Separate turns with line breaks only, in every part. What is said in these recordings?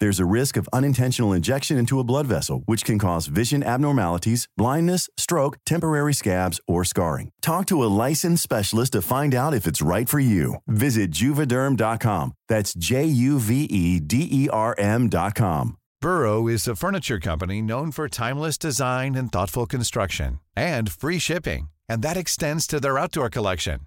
There's a risk of unintentional injection into a blood vessel, which can cause vision abnormalities, blindness, stroke, temporary scabs, or scarring. Talk to a licensed specialist to find out if it's right for you. Visit juvederm.com. That's J U V E D E R M.com.
Burrow is a furniture company known for timeless design and thoughtful construction and free shipping, and that extends to their outdoor collection.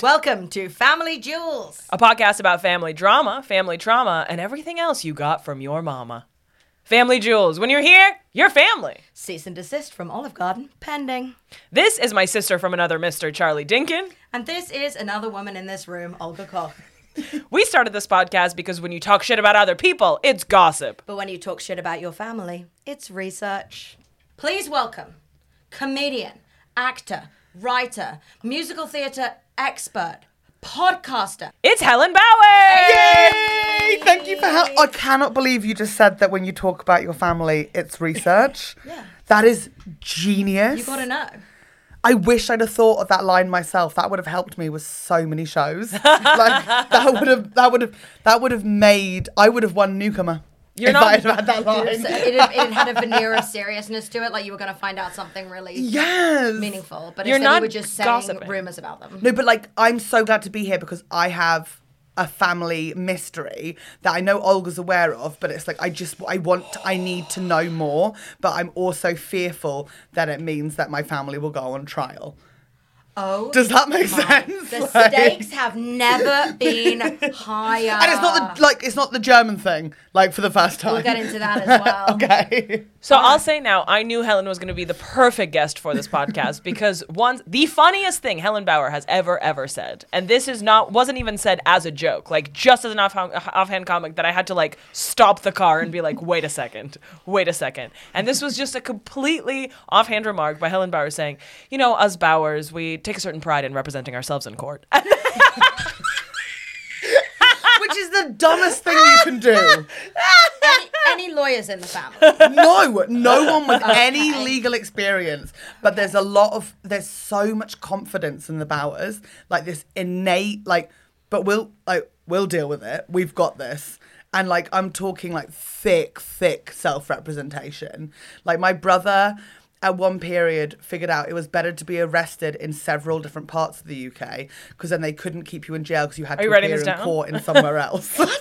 Welcome to Family Jewels.
a podcast about family drama, family trauma, and everything else you got from your mama. Family Jewels, when you're here, you're family.
Cease and desist from Olive Garden, pending.
This is my sister from another Mr. Charlie Dinkin.
And this is another woman in this room, Olga Koch.
We started this podcast because when you talk shit about other people, it's gossip.
But when you talk shit about your family, it's research. Please welcome comedian, actor, writer, musical theatre expert, podcaster.
It's Helen Bauer!
Yay! Thank you for help. I cannot believe you just said that when you talk about your family, it's research.
Yeah.
That is genius.
You gotta know.
I wish I'd have thought of that line myself. That would have helped me with so many shows. like that would have that would have that would have made I would have won newcomer.
You're
if
not-
I had had that
So
line.
it, had- it had a veneer of seriousness to it, like you were gonna find out something really
Yes.
meaningful. But
You're
instead
not
you were just saying
gossiping.
rumors about them.
No, but like I'm so glad to be here because I have a family mystery that I know Olga's aware of, but it's like I just I want I need to know more, but I'm also fearful that it means that my family will go on trial.
Oh,
Does that make sense?
the
Like-
stakes have never been higher.
And it's not the like it's not the German thing, like for the first time.
We'll get into that as well.
okay.
So I'll say now, I knew Helen was going to be the perfect guest for this podcast because once the funniest thing Helen Bauer has ever ever said, and this is not wasn't even said as a joke, like just as an off- offhand comic that I had to like stop the car and be like, wait a second, wait a second, and this was just a completely offhand remark by Helen Bauer saying, you know, us Bowers, we take a certain pride in representing ourselves in court.
Which is the dumbest thing you can do.
Any, any lawyers in the family?
No, no one with any legal experience. But there's a lot of there's so much confidence in the Bowers, like this innate like, but we'll like we'll deal with it. We've got this. And like I'm talking like thick, thick self representation. Like my brother at one period figured out it was better to be arrested in several different parts of the UK because then they couldn't keep you in jail because you had to
you
appear
writing this
in
down?
court in somewhere else.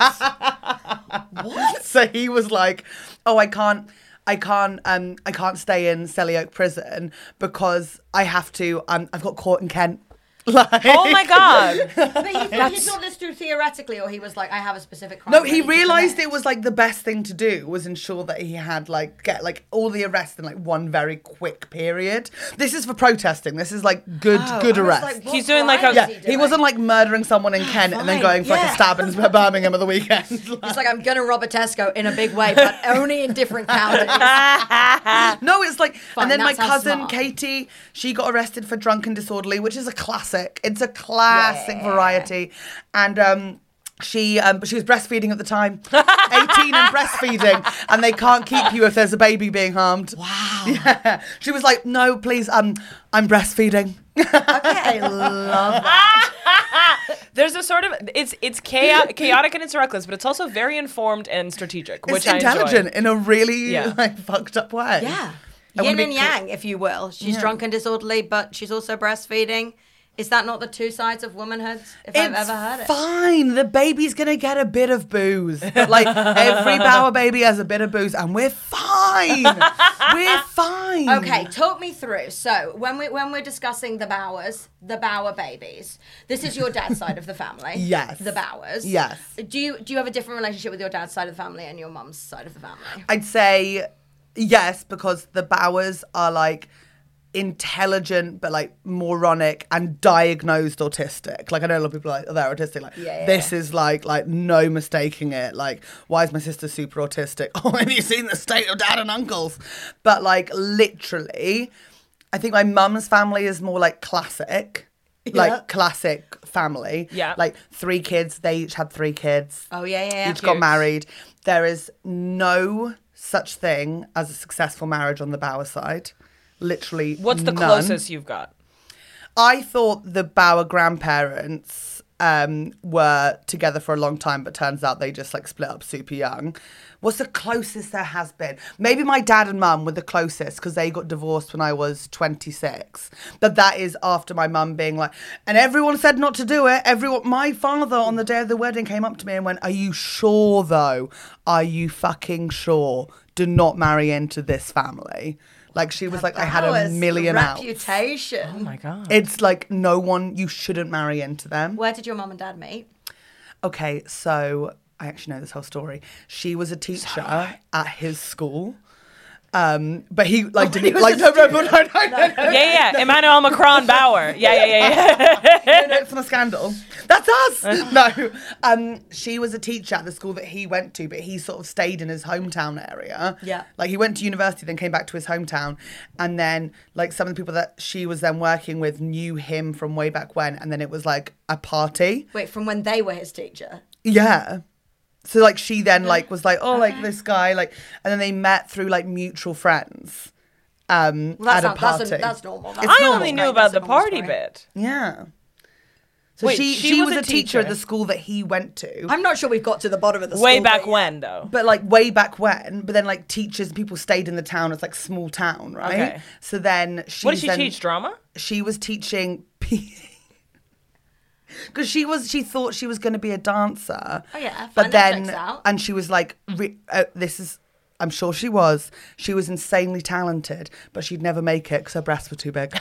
So he was like, "Oh, I can't, I can't, um, I can't stay in Selly Oak Prison because I have to. Um, I've got court in Kent." Like,
Oh my god.
But he, he thought this through theoretically, or he was like, I have a specific crime.
No,
that I
he
need to
realized
commit.
it was like the best thing to do was ensure that he had like get like all the arrests in like one very quick period. This is for protesting. This is like good good
Oh, I was
arrest.
like, what
He's doing like a-
crime
yeah,
is
he,
doing? Ah,
wasn't like murdering someone in Kent and then
Fine,
going for like
yeah.
a stab in Birmingham at the weekend.
He's like, I'm gonna rob a Tesco in a big way, but only in different counties.
No, it's like,
Fine,
and then
that
my
sounds
cousin
smart.
Katie, she got arrested for drunken disorderly, which is a classic. It's a classic variety, and um. She, um, but she was breastfeeding at the time, eighteen and breastfeeding, and they can't keep you if there's a baby being harmed. Wow. Yeah. She was like, "No, please, um, I'm breastfeeding."
okay, I love that.
There's a sort of it's it's chaotic, chaotic and it's reckless, but it's also very informed and strategic, which
it's
I enjoy.
intelligent in a really
Yeah.
like fucked up way.
Yeah.
I wanna
Yin
be
and
cl-
yang, if you will. She's drunk and disorderly, but she's also breastfeeding. Is that not the two sides of womanhood? If I've
It's
ever heard it.
Fine, the baby's gonna get a bit of booze. But like every bower baby has a bit of booze, and we're fine. we're fine.
Okay, talk me through. So when we when we're discussing the Bowers, the Bower babies, this is your dad's side of the family.
Yes.
The Bowers.
Yes.
Do you do you have a different relationship with your dad's side of the family and your mum's side of the family?
I'd say yes because the Bowers are like intelligent but like moronic and diagnosed autistic. Like I know a lot of people are like oh, they're autistic. Like
Yeah, yeah,
this is like like no mistaking it. Like why is my sister super autistic? Oh, have you seen the state of dad and uncles? But like literally, I think my mum's family is more like classic.
Yeah.
Like classic family.
Yeah.
Like three kids. They each had three kids
Oh yeah, yeah. yeah.
each got married. There is no such thing as a successful marriage on the Bauer side. Literally,
What's the
none.
closest you've got?
I thought the Bauer grandparents um, were together for a long time, but turns out they just like split up super young. What's the closest there has been? Maybe my dad and mum were the closest because they got divorced when I was 26. But that is after my mum being like, and everyone said not to do it. Everyone, my father on the day of the wedding came up to me and went, Are you sure though? Are you fucking sure? Do not marry into this family. Like she was like, I had a
Bowers,
million outs.
reputation.
Oh my god.
It's like no one, you shouldn't marry into them.
Where did your mum and dad meet?
Okay, so I actually know this whole story. She was a teacher at his school. Um, but he like didn't like no, no, no, no, no, no, no,
Yeah, yeah. Emmanuel Macron Bauer. Yeah, yeah, yeah, yeah.
no, it's not a scandal. That's us. No, um, she was a teacher at the school that he went to, but he sort of stayed in his hometown area.
Yeah.
like he went to university, then came back to his hometown, and then like some of the people that she was then working with knew him from way back when, and then it was like a party.
Wait, from when they were his teacher.
Yeah. So like she then like was like, oh like this guy like and then they met through like mutual friends. Um
Well, that
at a
sounds- that's
party.
a- that's normal.
It's
I
normal.
only knew
Right, that's
about the
a normal
party
story.
bit.
Yeah. So
Wait,
she, she was, a teacher at the school that he went to.
I'm not sure we've got to the bottom of the
Way
school
back
bit.
when though.
but like way back when, but then like teachers and people stayed in the town. It's like small town, right?
Okay.
So then she
What did she
then-
teach? Drama?
she was teaching because she was she thought she was going to be a dancer.
Oh, yeah,
but
fine, that
then
checks out.
and she was like, re- uh, "This is." I'm sure she was. She was insanely talented, but she'd never make it because her breasts were too big.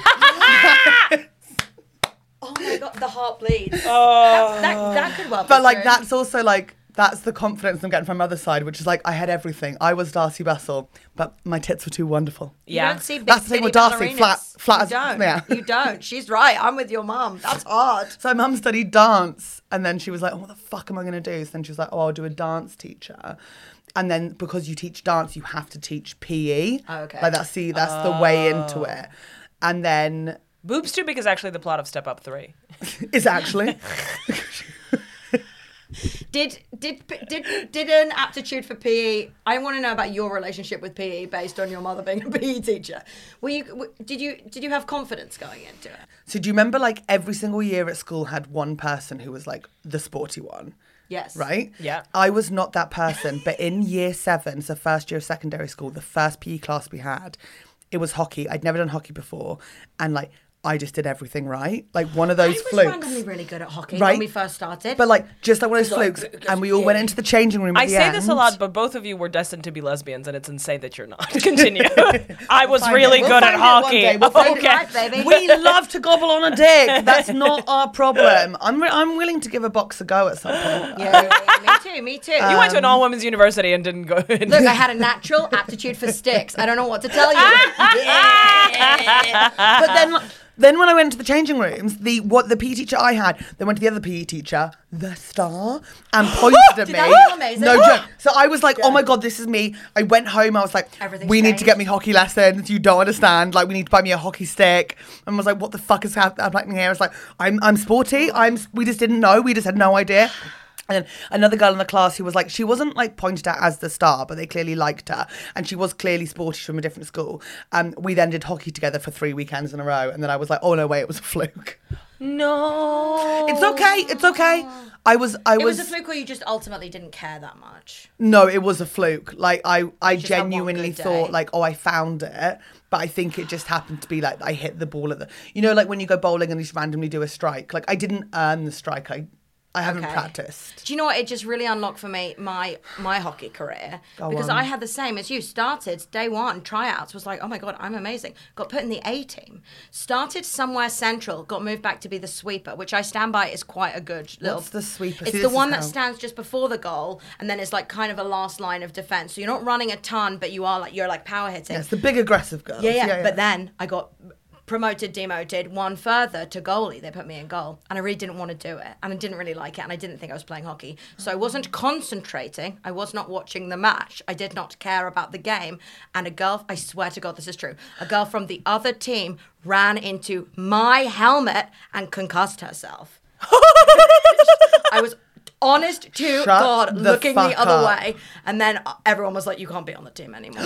Oh my god, the heart bleeds. Oh. That, that, that could well.
but like, that's also like that's the confidence I'm getting from my mother's side, which is like I had everything. I was Darcy Russell, but my tits were too wonderful.
You
Yeah.
don't see big
That's the thing with
titty
Darcy,
ballerinas.
flat- flat
You
as-
don't.
yeah.
You don't. She's right. I'm with your mum. That's hard.
So my mum studied dance, and then she was like, oh, "What the fuck am I gonna do?" So then she was like, "Oh, I'll do a dance teacher." And then because you teach dance, you have to teach PE.
Oh, okay. Oh.
Like that's see, that's the way into it. And then
Boobs too big is actually the plot of Step Up Three.
it's actually
Did did did did an aptitude for PE? I want to know about your relationship with PE based on your mother being a PE teacher. Were you w- did you did you have confidence going into it?
so. Do you remember like every single year at school had one person who was like the sporty one?
Yes.
Right?
Yeah.
I was not that person, but in year seven, so first year of E secondary school, the first PE class we had, it was hockey. I'd never done hockey before. And like I just did everything right. Like one of those
I was
flukes.
randomly really good at hockey
Right.
when we first started.
But like just like one of those
Because I-
flukes,
because
and we
you
all went
did.
into the changing room. at
I
the
say this a
end.
lot, but both of you were destined to be lesbians, and it's insane that you're not. Continue. I was
find
really
it. We'll
good at
find it one
hockey.
day. We'll find it
okay.
live, baby.
We love to gobble on a dick. That's not our problem. I'm re- I'm willing to give a box a go at some point.
yeah, yeah, yeah, me too, me too.
Uh,
You went to an
Um,
all women's university and didn't go. In.
Look, I had a natural aptitude for sticks. I don't know what to tell you.
But then then when I went to the changing rooms, the what the PE teacher I had, then went to the other PE teacher, the star, and pointed at
Did
me.
that feel amazing?
No joke. So I was like, oh my god, this is me. I went home. I was like,
Everything's
we need to get
changed.
me hockey lessons. You don't understand. Like we need to buy me a hockey stick. And I was like, what the fuck is hap- happening here? I was like, I'm I'm sporty. I'm. s- We just didn't know. We just had no idea. And then another girl in the class who was like, she wasn't like pointed at as the star, but they clearly liked her, and she was clearly sporty from a different school. Um, we then did hockey together for three weekends in a row, and then I was like, oh no, wait, it was a fluke.
no.
It's okay, it's okay. I was, I
It was a
was,
fluke, or you just ultimately didn't care that much.
no, it was a fluke. Like I, I
just had one
genuinely
good
thought
day.
like, oh, I found it, but I think it just happened to be like I hit the ball at the, you know, like when you go bowling and you just randomly do a strike. Like I didn't earn the strike. I, I haven't
Okay.
practiced.
Do you know what? It just really unlocked for me my my hockey career because I had the same as you. Started day one tryouts was like, oh my god, I'm amazing. Got put in the A team. Started somewhere central. Got moved back to be the sweeper, which I stand by is quite a good little.
What's the sweeper?
It's
See,
the
this is
one that
how-
stands just before the goal, and then it's like kind of a last line of defense. So you're not running a ton, but you are like you're like power hitting.
It's the big aggressive girls.
Yeah, yeah. But then I got promoted, demoted, one further to goalie. They put me in goal, and I really didn't want to do it, and I didn't really like it, and I didn't think I was playing hockey, so I
Mm-hmm.
wasn't concentrating. I was not watching the match. I did not care about the game. And a girl, I swear to God, this is true. A girl from the other team ran into my helmet and concussed herself. I was. Honest to God,
the
looking the
fuck
other
up.
way, and then uh, everyone was like, "You can't be on the team anymore."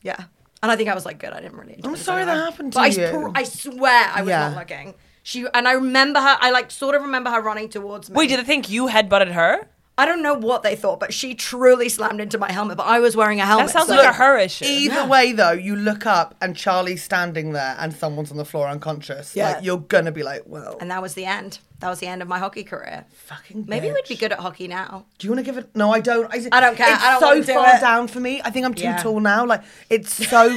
Yeah. And I think I was like, good. I didn't really. enjoy
I'm
this
sorry
anyway.
that happened to
but I,
you.
pr- I swear I was
Yeah.
not looking. She and I remember her. I like sort of remember her running towards me.
Wait, did they think you headbutted her?
I don't know what they thought, but she truly slammed into my helmet. But I was wearing a helmet.
That sounds
so-
like a her issue.
Either way, though, you look up and Charlie's standing there and someone's on the floor unconscious.
Yeah.
Like, you're going to be like, well,
And that was the end. That was the end of my hockey career.
fucking
Maybe
bitch.
we'd be good at hockey now.
Do you want to give it? No, I don't. I,
I don't care.
It's
I don't
so
wanna do
far
it.
down for me. I think I'm too
Yeah.
tall now. Like, it's so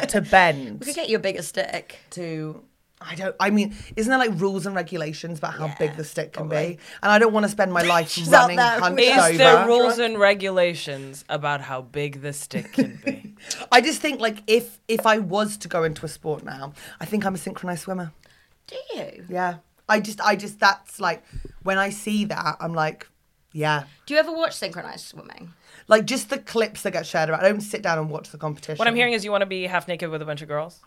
to bend.
We could get you a bigger stick.
to I don't. I mean, isn't there like rules and regulations about how big the stick can
probably.
be? And I don't want to spend my life
She's out
running
there.
hunched
Is
Is
over.
there rules and regulations about how big the stick can be?
I just think like if if I was to go into a sport now, I think I'm a synchronized swimmer.
Do you?
Yeah. I just, I just, that's like, when I see that, I'm like, yeah.
Do you ever watch synchronized swimming?
Like, just the clips that get shared around. I don't sit down and watch the competition.
what I'm hearing is you want to be half naked with a bunch of girls.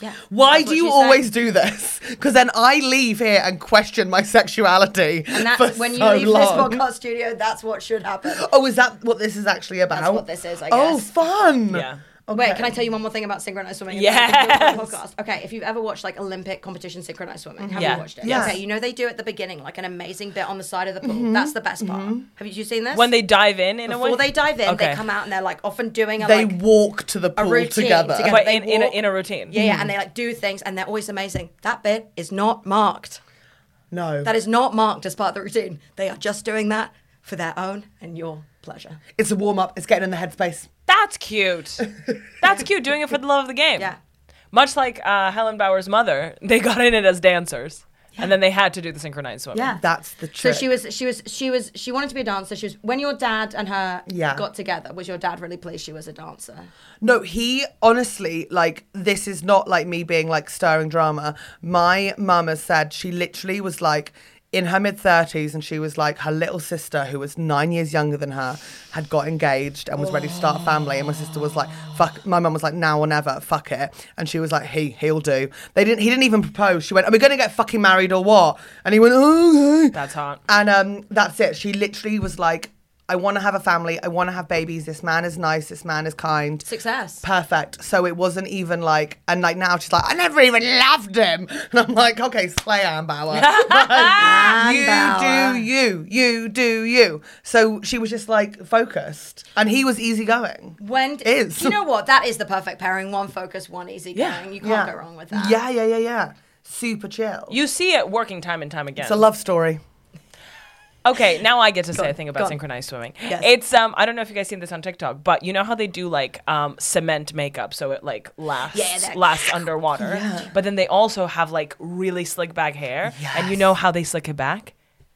Yeah.
Why
That's
do
what
you
she said.
always do this? Because then I leave here and question my sexuality.
And that's when you leave this podcast studio. That's what should happen.
Oh, is that what this is actually about?
what this is, I
Oh,
guess.
fun.
Yeah.
Wait, can I tell you one more thing about synchronized swimming?
Yes.
Podcast? Okay, if you've ever watched like Olympic competition synchronized swimming, have
Yeah.
you watched it?
Yes.
Okay, you know they do at the beginning like an amazing bit on the side of the pool. That's the best part. Have you seen this?
Mm-hmm. When they dive in, in a
before
way.
they dive in,
Okay.
they come out and they're like often doing a
They
like
walk to the
a
pool
routine
together.
together.
Wait,
They
in- in a-
walk-
in a routine.
Yeah, yeah, and they like do things and they're always amazing. That bit is not marked.
No.
That is not marked as part of the routine. They are just doing that for their own and your pleasure.
it's a warm up, it's getting in the headspace.
That's cute. That's cute. Doing it for the love of the game.
Yeah.
Much like uh, Helen Bauer's mother, they got in it as dancers, and then they had to do the synchronized swimming.
Yeah.
That's the
So
trick.
she was, she was, she was, she wanted to be a dancer. She was when your dad and her
Yeah.
got together. Was your dad really pleased she was a dancer?
No, he honestly, like, this is not like me being like stirring drama. My mum has said she literally was like in her mid 30s and she was like, her little sister, who was nine years younger than her, had got engaged and was ready to start a family. And my sister was like, fuck, my mum was like, now or never, fuck it. And she was like, he, he'll do. They didn't, he didn't even propose. She went, are we going to get fucking married or what? And he went, oh,
That's hot.
and um, that's it. She literally was like, I want to have a family. I want to have babies. This man is nice. This man is kind.
Success.
Perfect. So it wasn't even like, and like now she's like, I never even loved him. And I'm like, okay, slay Anne Bauer. Like, you
Bauer.
do you. You do you. So she was just like focused. And he was easygoing.
When d-
Is.
you know what? That is the perfect pairing. One focus, one easy going.
Yeah.
You can't
Yeah.
go wrong with that.
Yeah, yeah, yeah, yeah. Super chill.
You see it working time and time again.
it's a love story.
Okay, now I get to say a
on,
thing
go
about
on.
synchronized swimming.
Yes.
It's um I don't know if you guys seen this on TikTok, but you know how they do like um cement makeup so it like lasts
Yeah, that-
lasts underwater. But then they also have like really slick back hair. And you know how they slick it back?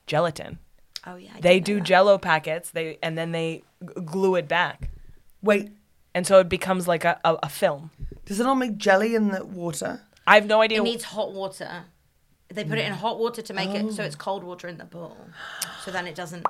Gelatin.
Oh yeah. I
They
didn't know
do
that.
jello packets, they and then they g- glue it back.
Wait,
And so it becomes like a, a, a film.
does it not make jelly in the water?
I have no idea.
It needs hot water. They put it
Mm.
in hot water to make
Oh.
it so it's cold water in the pool. So then it doesn't.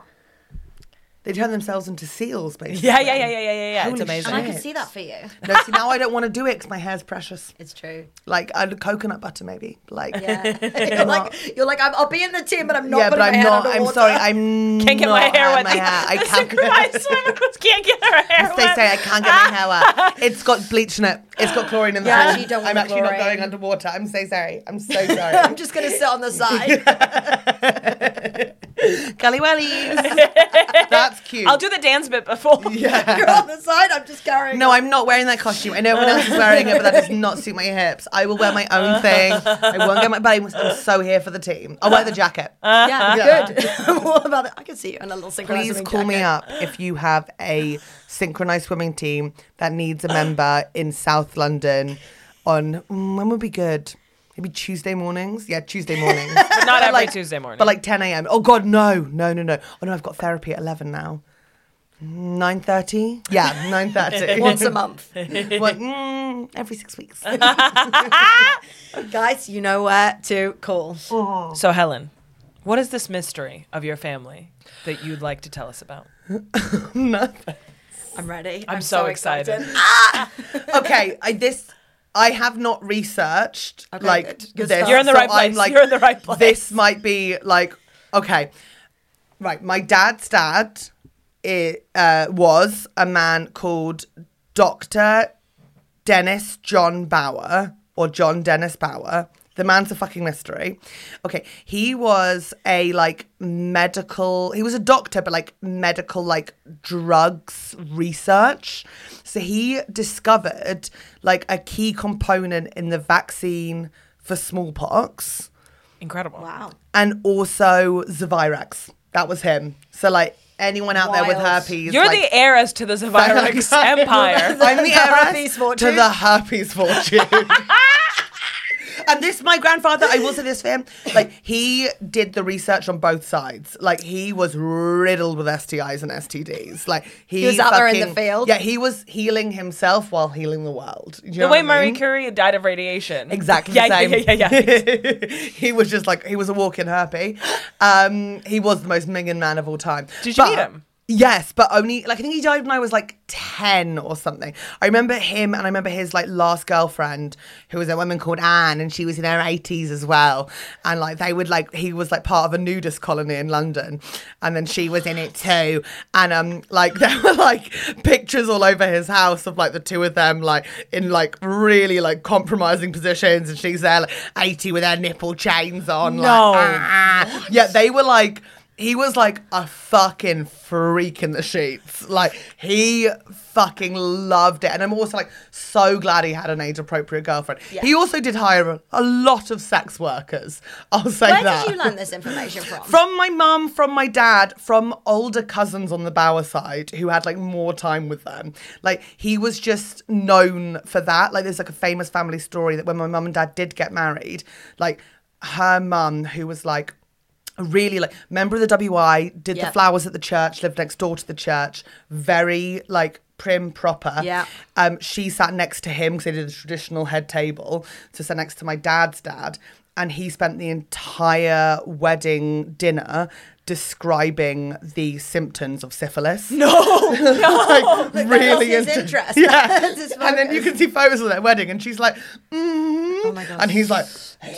They turn themselves into seals, basically.
yeah, yeah, yeah, yeah, yeah, yeah, yeah. It's
Holy
amazing.
And I can
Shit.
see that for you.
No, see, now I don't want to do it because my hair's precious.
It's true.
Like a coconut butter, maybe. Like,
Yeah. you're like you're like I'm, I'll be in the team, but I'm not.
yeah,
putting
but
my
I'm
hand
not. I'm
underwater."
sorry. I'm
Can't get
not
my hair wet.
My hair. I can't.
Synchronized swimmers can't get her hair
As they
wet.
say, I can't get my hair wet. It's got bleach in it. It's got chlorine in the
Yeah,
pool.
you don't
I'm
want
actually not
chlorine.
going underwater. I'm so sorry. I'm so
I'm
sorry.
just gonna sit on the side.
Gully wellies. That's cute.
I'll do the dance bit before.
you're on the side. I'm just carrying.
No, I'm not wearing that costume. I know everyone else is wearing it, but that does not suit my hips. I will wear my own thing. I won't get my belly. muscle- I'm so here for the team. I'll wear the jacket.
yeah, good. I'm all about it. I can see you in a little synchronized
Please
swimming
call me
jacket.
up if you have a synchronized swimming team that needs a member in South London on mm, when would be good? Maybe Tuesday mornings. Yeah, Tuesday mornings. but
not every
like-
Tuesday morning.
But like 10 a.m. Oh God, no, no, no, no. Oh no, I've got therapy at 11 now. 9:30? Yeah, 9:30.
once a month.
Well, mm, every six weeks.
Guys, you know where to call.
So Helen, what is this mystery of your family that you'd like to tell us about?
I'm ready.
I'm, so, excited.
okay, I this I have not researched
Okay,
like
good. Good
this.
start. You're in
the right
I'm
place. You're in the right place.
This might be like okay, right. My dad's dad it, uh, was a man called Doctor Dennis John Bauer or John Dennis Bauer. The man's a fucking mystery. Okay, he was a like medical. He was a doctor, but like medical, like drugs research. So he discovered like a key component in the vaccine for smallpox
Incredible.
Wow.
and also Zavirax. That was him. So like anyone out there with
Wild.
herpes,
You're
like,
the heiress to the Zavirex empire.
I'm the
The herpes
heiress to
fortune.
the herpes fortune. And this, my grandfather, I will say this for him, like he did the research on both sides. Like he was riddled with STIs and STDs. Like he,
He was out there in the
fucking-
field.
Yeah, he was healing himself while healing the world. Do you know
The
what I
way
mean?
Marie Curie died of radiation.
Exactly.
Yeah,
the same.
yeah, yeah, yeah, yeah.
he was just like he was a walking herpy. Um, he was the most minging man of all time.
Did you meet him?
Yes, but only like I think he died when I was like ten or something. I remember him, and I remember his like last girlfriend, who was a woman called Anne, and she was in her eighties as well. And like they would like he was like part of a nudist colony in London, and then she was in it too. And um, like there were like pictures all over his house of like the two of them like in like really like compromising positions, and she's there like eighty with her nipple chains on.
No.
like, ah, Ah. Yeah, they were like, he was like a fucking freak in the sheets. Like, he fucking loved it. And I'm also like so glad he had an age appropriate girlfriend. He also did hire a, a lot of sex workers. I'll say
Where
that.
did you learn this information from?
From my mum, from my dad, from older cousins on the Bauer side who had like more time with them. Like he was just known for that. Like there's like a famous family story that when my mum and dad did get married, like her mum who was like a really like member of the WI, did the
Yeah.
flowers at the church, lived next door to the church, very like prim proper.
Yeah.
Um, she sat next to him because they did a traditional head table. So sat next to my dad's dad, and he spent the entire wedding dinner describing the symptoms of syphilis. No,
Oh
no, like, really
his
into-
interest.
Yeah,
That's his
and then you can see photos of their wedding, and she's like, mm.
my gosh.
and he's like,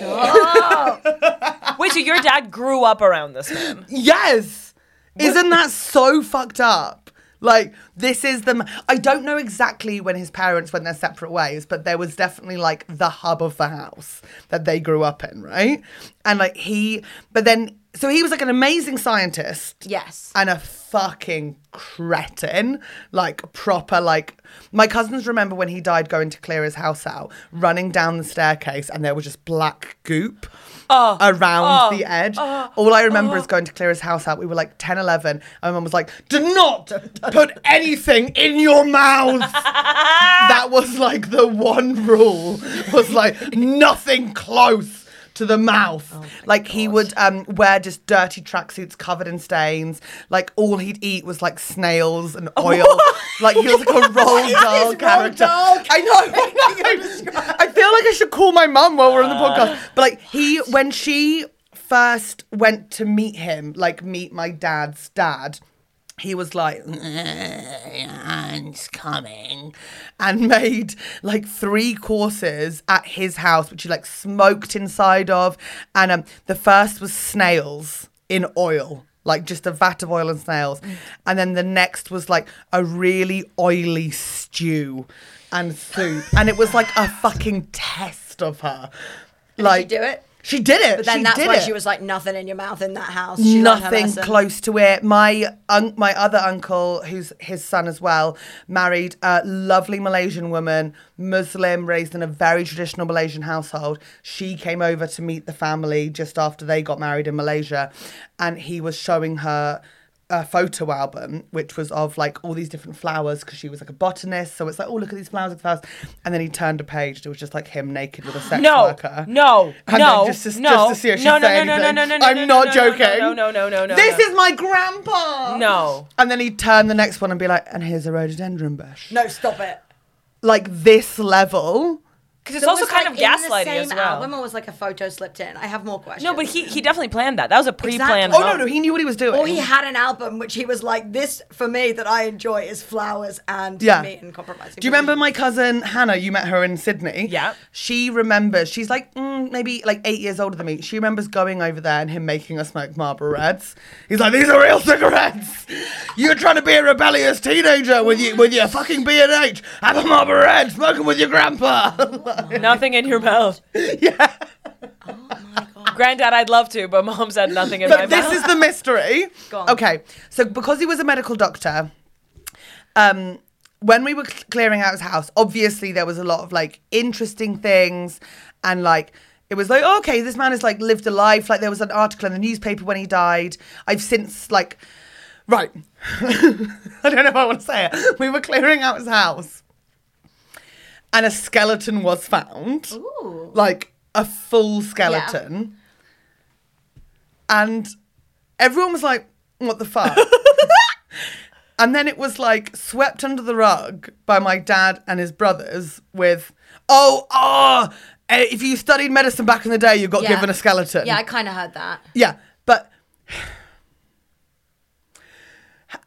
Oh,
Wait, so your dad grew up around this man.
yes. Isn't that so fucked up? Like this is the. I don't know exactly when his parents went their separate ways, but there was definitely like the hub of the house that they grew up in, right? And like he, but then so he was like an amazing scientist
Yes.
and a fucking cretin, like proper like. My cousins remember when he died going to clear his house out, running down the staircase, and there was just black goop around the edge. All I remember is going to clear his house out. We were like 10, 11, and my mum was like, "Do not put anything in your mouth." that was like the one rule was like nothing close to the mouth like he would um, wear just dirty tracksuits covered in stains like all he'd eat was like snails and oil like he was like a roll doll character i know I, know. I feel like i should call my mum while we're on the podcast but like he when she first went to meet him like meet my dad's dad he was like, "Anne's coming," and made like three courses at his house, which he like smoked inside of. And um, the first was snails in oil, like just a vat of oil and snails.
Mm.
And then the next was like a really oily stew and soup, and it was like a fucking test of her. Like,
do it?
She did it.
But then
she
that's
did
why
it
she was like, nothing in your mouth in that house. She learned her
nothing
lesson.
close to it. My un- my other uncle, who's his son as well, married a lovely Malaysian woman, Muslim, raised in a very traditional Malaysian household. She came over to meet the family just after they got married in Malaysia, and he was showing her a photo album, which was of like all these different flowers because she was like a botanist. So it's like, oh, look at these flowers, look at the flowers. And then he turned a page and it was just like him naked with a sex
No,
worker.
no,
And
no,
then just to,
no,
just to see if she'd
no, no,
say
no, no,
anything.
no, no, no,
I'm
no,
not
no, no, no,
joking.
no, no, no, no, no,
This
no.
is my grandpa.
No.
And then he'd turn the next one and be like, and here's a rhododendron bush.
No, stop it.
Like this level.
Because it's also
was,
kind
like, in
of
the
gaslighting
same
as well.
Album or was like a photo slipped in. I have more questions.
No, but he he definitely planned that. That was a pre-planned.
Exactly.
Oh no, no,
moment.
he knew what he was doing.
Or he had an album which he was like, this for me that I enjoy is flowers and
Yeah.
meat and compromising.
Do you remember my cousin Hannah? You met her in Sydney.
Yeah.
She remembers. She's like mm, maybe like eight years older than me. She remembers going over there and him making us smoke Marlboro Reds. He's like, these are real cigarettes. You're trying to be a rebellious teenager with you with your fucking B and H. Have a Marlboro Red, smoking with your grandpa.
nothing in your mouth.
yeah.
Granddad, I'd love to, but mom said nothing in my
But this
mouth.
is the mystery.
Go on.
Okay. So because he was a medical doctor, um, when we were cl- clearing out his house, obviously there was a lot of like interesting things and like it was like, oh, okay, this man has like lived a life. Like there was an article in the newspaper when he died. I've since like right. I don't know if I want to say it. We were clearing out his house and a skeleton was found. Like a full skeleton and everyone was like, "What the fuck?" and then it was like swept under the rug by my dad and his brothers with, "Oh, ah, eh, if you studied medicine back in the day, you got
Yeah.
given a skeleton."
Yeah, I kind of heard that.
yeah, but.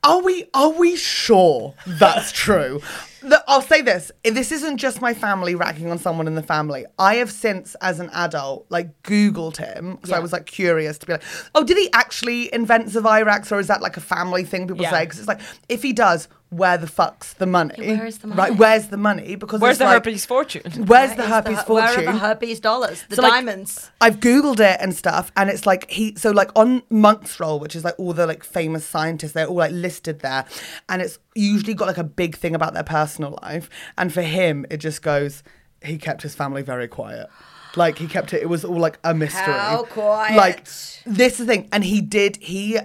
Are we are we sure that's true? The- I'll say this: this isn't just my family racking on someone in the family. I have since, as an adult, like Googled him, so I
Yeah.
was like curious to be like, oh, did he actually invent Xavirax, or is that like a family thing people
Yeah.
say? Because it's like, if he does, where the fuck's the money?
where is the
Right,
money?
where's the money? Because
Where's
it's
the
like,
herpes fortune?
Where's the
Where is
herpes
her-
fortune?
Where are the herpes dollars? The
So, like,
diamonds.
I've googled it and stuff, and it's like he so like on Monk's Roll, which is like all the like famous scientists, they're all like listed there, and it's usually got like a big thing about their personal life, and for him, it just goes, he kept his family very quiet. Like he kept it, it was all like a mystery.
How quiet.
Like this is the thing, and he did he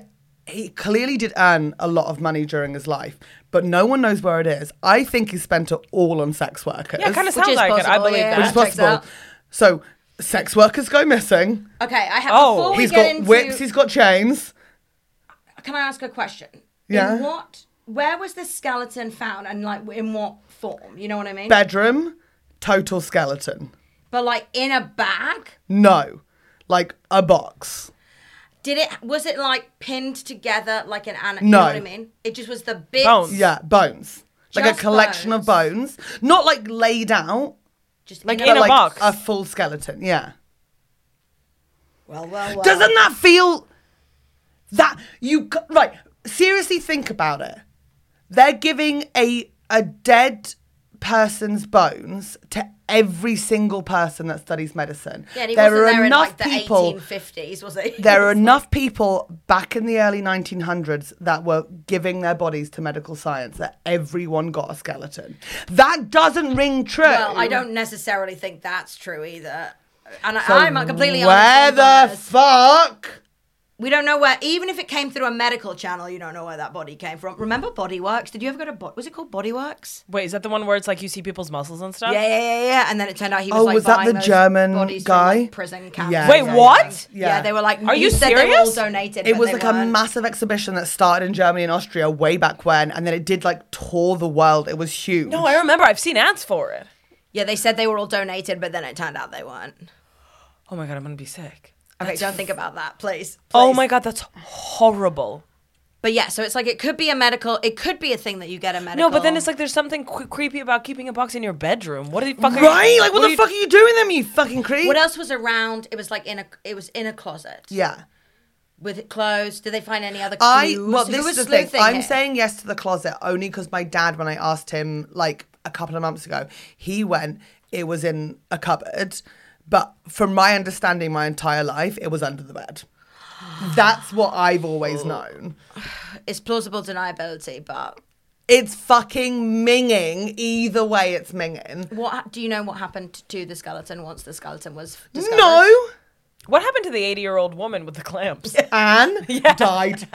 he clearly did earn a lot of money during his life, but no one knows where it is. I think he spent it all on sex workers.
Yeah, it kind of
Which
sounds
is
like it. I
possible, Oh,
believe
yeah.
that.
which is
Checks
possible.
out.
So sex workers go missing.
Okay, I have.
Oh.
before we
He's
get
got
into,
whips. He's got chains.
Can I ask a question?
Yeah.
In what? Where was this skeleton found, and like in what form? You know what I mean.
Bedroom, total skeleton.
but like in a bag.
No, like a box.
Did it? Was it like pinned together like an animal?
No.
You know what I mean. It just was the bits.
Bones.
Yeah, bones. Like
Just
a collection of bones, not like laid out,
Just
Like
in
in
a,
a
like
box.
a full skeleton. Yeah.
Well, well, well.
Doesn't that feel that you c- right? seriously think about it. They're giving a a dead person's bones to every single person that studies medicine.
Yeah, and he wasn't there in like the 1850s, was he?
there are enough people back in the early 1900s that were giving their bodies to medical science that everyone got a skeleton. That doesn't ring true.
Well, I don't necessarily think that's true either. And
So
I, I'm completely
Where
honest.
the fuck?
we don't know where. Even if it came through a medical channel, you don't know where that body came from. Remember Body Works? Did you ever go to? Bo- was it called Body Works?
Wait, is that the one where it's like you see people's muscles and stuff?
Yeah, yeah, yeah, yeah. And then it turned out he was
Oh,
like
was that
buying
the
those
German
bodies from, like,
guy?
prison camps.
Yeah.
and
Wait,
everything.
what?
Yeah.
Yeah.
they were like.
Are you
said They were all
serious?
donated.
It
but
was
they
like a
weren't.
massive exhibition that started in Germany and Austria way back when, and then it did like tour the world. It was huge.
No, I remember. I've seen ads for it.
Yeah, they said they were all donated, but then it turned out they weren't.
Oh my god, I'm gonna be sick.
Okay, don't think about that, please.
Oh
Please.
my god, that's horrible.
But yeah, so it's like it could be a medical. It could be a thing that you get a medical.
No, but then it's like there's something qu- creepy about keeping a box in your bedroom. What are you fucking
right? Like, what, the
are you-
fuck are you doing them, you fucking creep?
What else was around? It was like in a. It was in a closet.
Yeah.
With it closed. Did they find any other clues?
I well,
Who
this
was
is the thing.
sleuthing
I'm
here?
saying yes to the closet only because my dad, when I asked him like a couple of months ago, he went. It was in a cupboard, but from my understanding, my entire life, it was under the bed. That's what I've always
Oh.
known.
it's plausible deniability, but
It's fucking minging. Either way, it's minging.
what ha- do you know? What happened to the skeleton once the skeleton was discovered?
No.
What happened to the 80 year old woman with the clamps?
Anne died.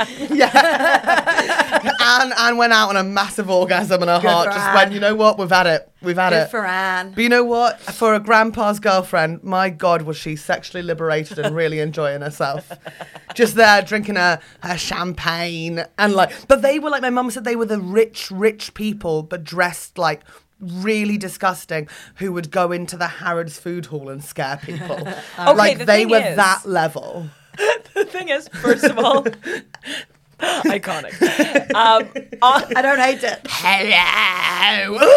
Yeah. Anne, Anne went out on a massive orgasm and her heart
for
just
Anne.
went, you know what, we've had it. We've had
Good
it.
for Anne.
But you know what? For a grandpa's girlfriend, my God, was she sexually liberated and really enjoying herself. Just there drinking her, her champagne and like, but they were like, my mum said they were the rich, rich people, but dressed like really disgusting who would go into the Harrods food hall and scare people. like
the
they
thing
were
is-
that level.
the thing is, first of all, iconic. Um, on-
I don't hate it.
Hello!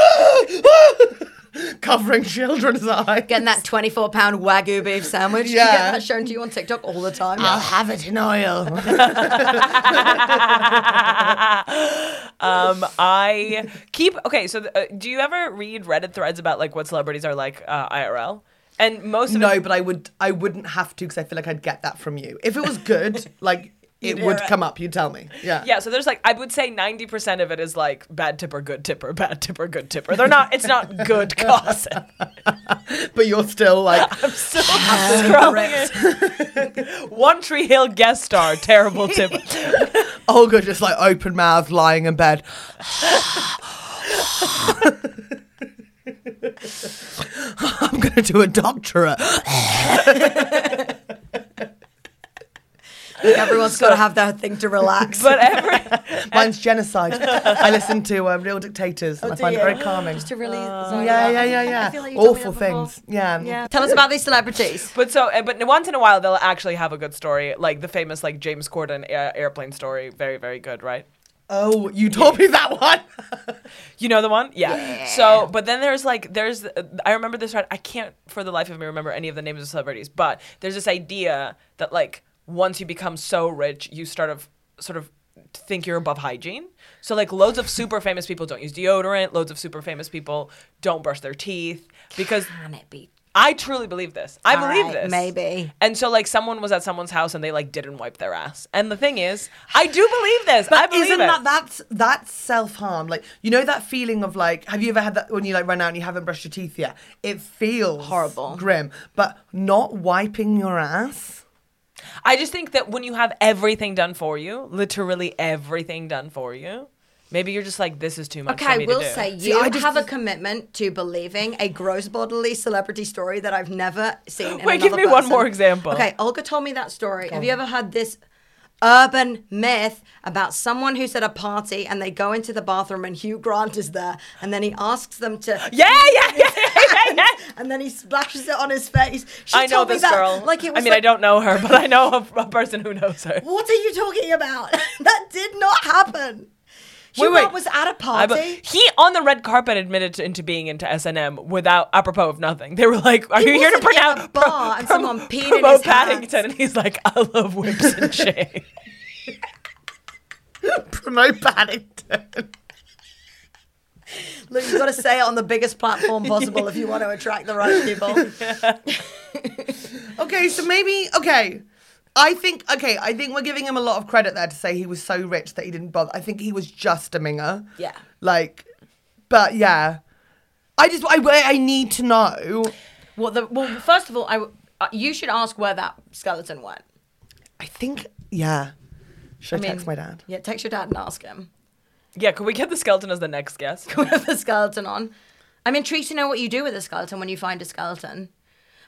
Covering children's eyes.
Getting that 24 pound wagyu beef sandwich. You
Yeah.
get that shown to you on TikTok all the time.
I'll have it in oil.
um, I keep okay. So, uh, do you ever read Reddit threads about like what celebrities are like uh, IRL? And most of
no,
it,
but I would. I wouldn't have to because I feel like I'd get that from you. If it was good, like it
You'd
would
hear it.
come up. You tell me. Yeah.
yeah. So there's like I would say 90% of it is like bad tipper, good tipper, bad tipper, good tipper. They're not. It's not good gossip.
But you're still like.
So I'm scrolling it. One Tree Hill guest star, terrible tipper.
Oh god, just like open mouth, lying in bed. I'm gonna do a doctorate.
Everyone's got to have their thing to relax.
But every
Mine's genocide. I listen to uh, Real Dictators. and I find it very calming.
to really.
Uh, Yeah, yeah, yeah, yeah. Awful things. Yeah.
Tell us about these celebrities.
But so, uh, but once in a while, they'll actually have a good story, like the famous like James Corden uh, airplane story. Very, very good, right?
Oh, you told me that one.
You know the one, yeah. So, but then there's like there's uh, I remember this right. I can't for the life of me remember any of the names of celebrities, but there's this idea that like once you become so rich, you start of sort of think you're above hygiene. So like loads of super famous people don't use deodorant. Loads of super famous people don't brush their teeth because
Can it be?
I truly believe this. I
All
believe
right,
this.
maybe.
And so like someone was at someone's house and they like didn't wipe their ass. And the thing is, I do believe this. I believe
Isn't
it.
that that's that's self harm? Like you know that feeling of like, have you ever had that when you like run out and you haven't brushed your teeth yet? It feels
Horrible.
grim. But not wiping your ass.
I just think that when you have everything done for you, literally everything done for you, maybe you're just like this is too much
Okay,
for
I
me
will
to do.
say you
See, I just-
have a commitment to believing a gross bodily celebrity story that I've never seen. in
Wait, give
another
me one
person.
more example.
Okay, Olga told me that story. Have you ever heard this urban myth about someone who's at a party and they go into the bathroom and Hugh Grant is there and then he asks them to
Yeah, yeah, yeah, yeah, yeah, yeah.
and then he splashes it on his face. She
I know
told me
this
that,
girl.
Like it was
I mean, I
like,
don't know her, but I know a, a person who knows her.
What are you talking about? that did not happen. Hugh
wait.
Grant was at a
I
party.
be- he on the red carpet admitted to, into being into S and M without apropos of nothing. They were like, "Are
He
you here to
wasn't in
pronounce
a bar and someone peed in his
promote Paddington?"
hands.
And he's like, "I love whips and shame."
Promote Paddington.
Look, you've got to say it on the biggest platform possible if you want to attract the right people.
Okay, so maybe okay. I think okay. I think we're giving him a lot of credit there to say he was so rich that he didn't bother. I think he was just a minger.
Yeah.
Like, but yeah, I just I I need to know.
Well, the, well, first of all, I w- uh, you should ask where that skeleton went.
I think yeah. Should I, text my dad?
Yeah, text your dad and ask him.
Yeah, could we get the skeleton as the next guest?
Can we have the skeleton on? I'm intrigued to know what you do with a skeleton when you find a skeleton.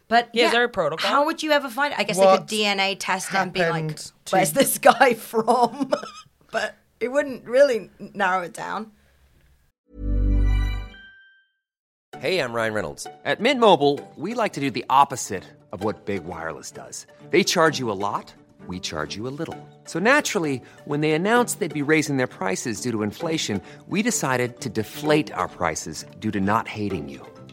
But
Yeah, is there a protocol?
How would you ever find it? I guess
What
they could DNA test it and be like,
happened to-
"Where's this guy from?" but it wouldn't really narrow it down.
Hey, I'm Ryan Reynolds. At Mint Mobile, we like to do the opposite of what Big Wireless does. They charge you a lot, we charge you a little. So naturally, when they announced they'd be raising their prices due to inflation, we decided to deflate our prices due to not hating you.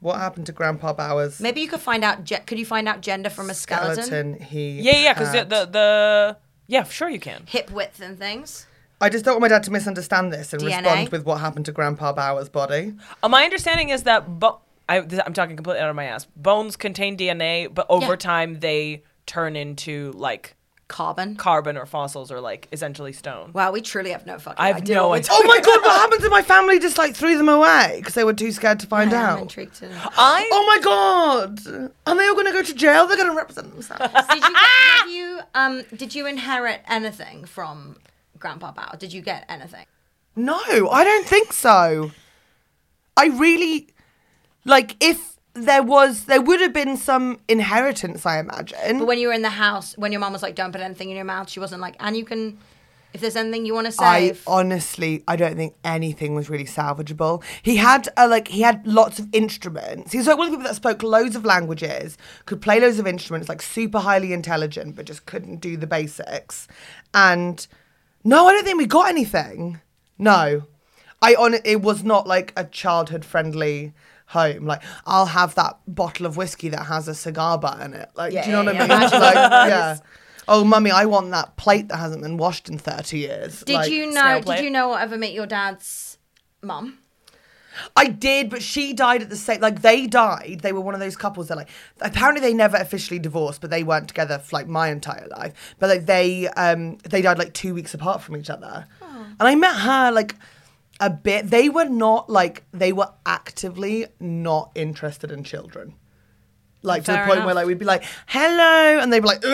What happened to Grandpa Bowers?
Maybe you could find out. Ge- could you find out gender from a skeleton?
He
Yeah, yeah, because the,
had.
the the yeah, sure you can.
Hip width and things.
I just don't want my dad to misunderstand this and
DNA?
respond with what happened to Grandpa Bauer's body.
Uh, my understanding is that bo- I, this, I'm talking completely out of my ass. Bones contain DNA, but over
Yeah.
time they turn into like
Carbon.
carbon or fossils or like essentially stone.
wow, we truly have no fucking
I have
idea.
no
what we're
idea.
Oh
talking
my god,
about.
what happened to my family? Just like threw them away because they were too scared to find
I'm
out.
intrigued to
I
Oh my god! Are they all going to go to jail? They're going to represent themselves.
did you, have you um did you inherit anything from grandpa Bao? did you get anything
No, I don't think so. I really like if there was there would have been some inheritance, I imagine.
but when you were in the house when your mom was like don't put anything in your mouth she wasn't like and you can if there's anything you want to
I
save
honestly, I don't think anything was really salvageable. He had uh, like he had lots of instruments. He was like one of the people that spoke loads of languages, could play loads of instruments, like super highly intelligent, but just couldn't do the basics. And no, I don't think we got anything. No, I on it was not like a childhood friendly home. Like I'll have that bottle of whiskey that has a cigar butt in it. Like
Yeah,
do you know
yeah,
what I
yeah.
mean? like yeah. Oh, mummy, I want that plate that hasn't been washed in thirty years.
did
Like,
you
snail
know did
plate.
you know what ever met your dad's mom
I did, but she died at the same. Like they died. They were one of those couples that like apparently they never officially divorced, but they weren't together for like my entire life. But like they um they died like two weeks apart from each other, and I met her like a bit. They were not like they were actively not interested in children. Like to the
Fair
point where
enough.
like we'd be like, hello, and they'd be like,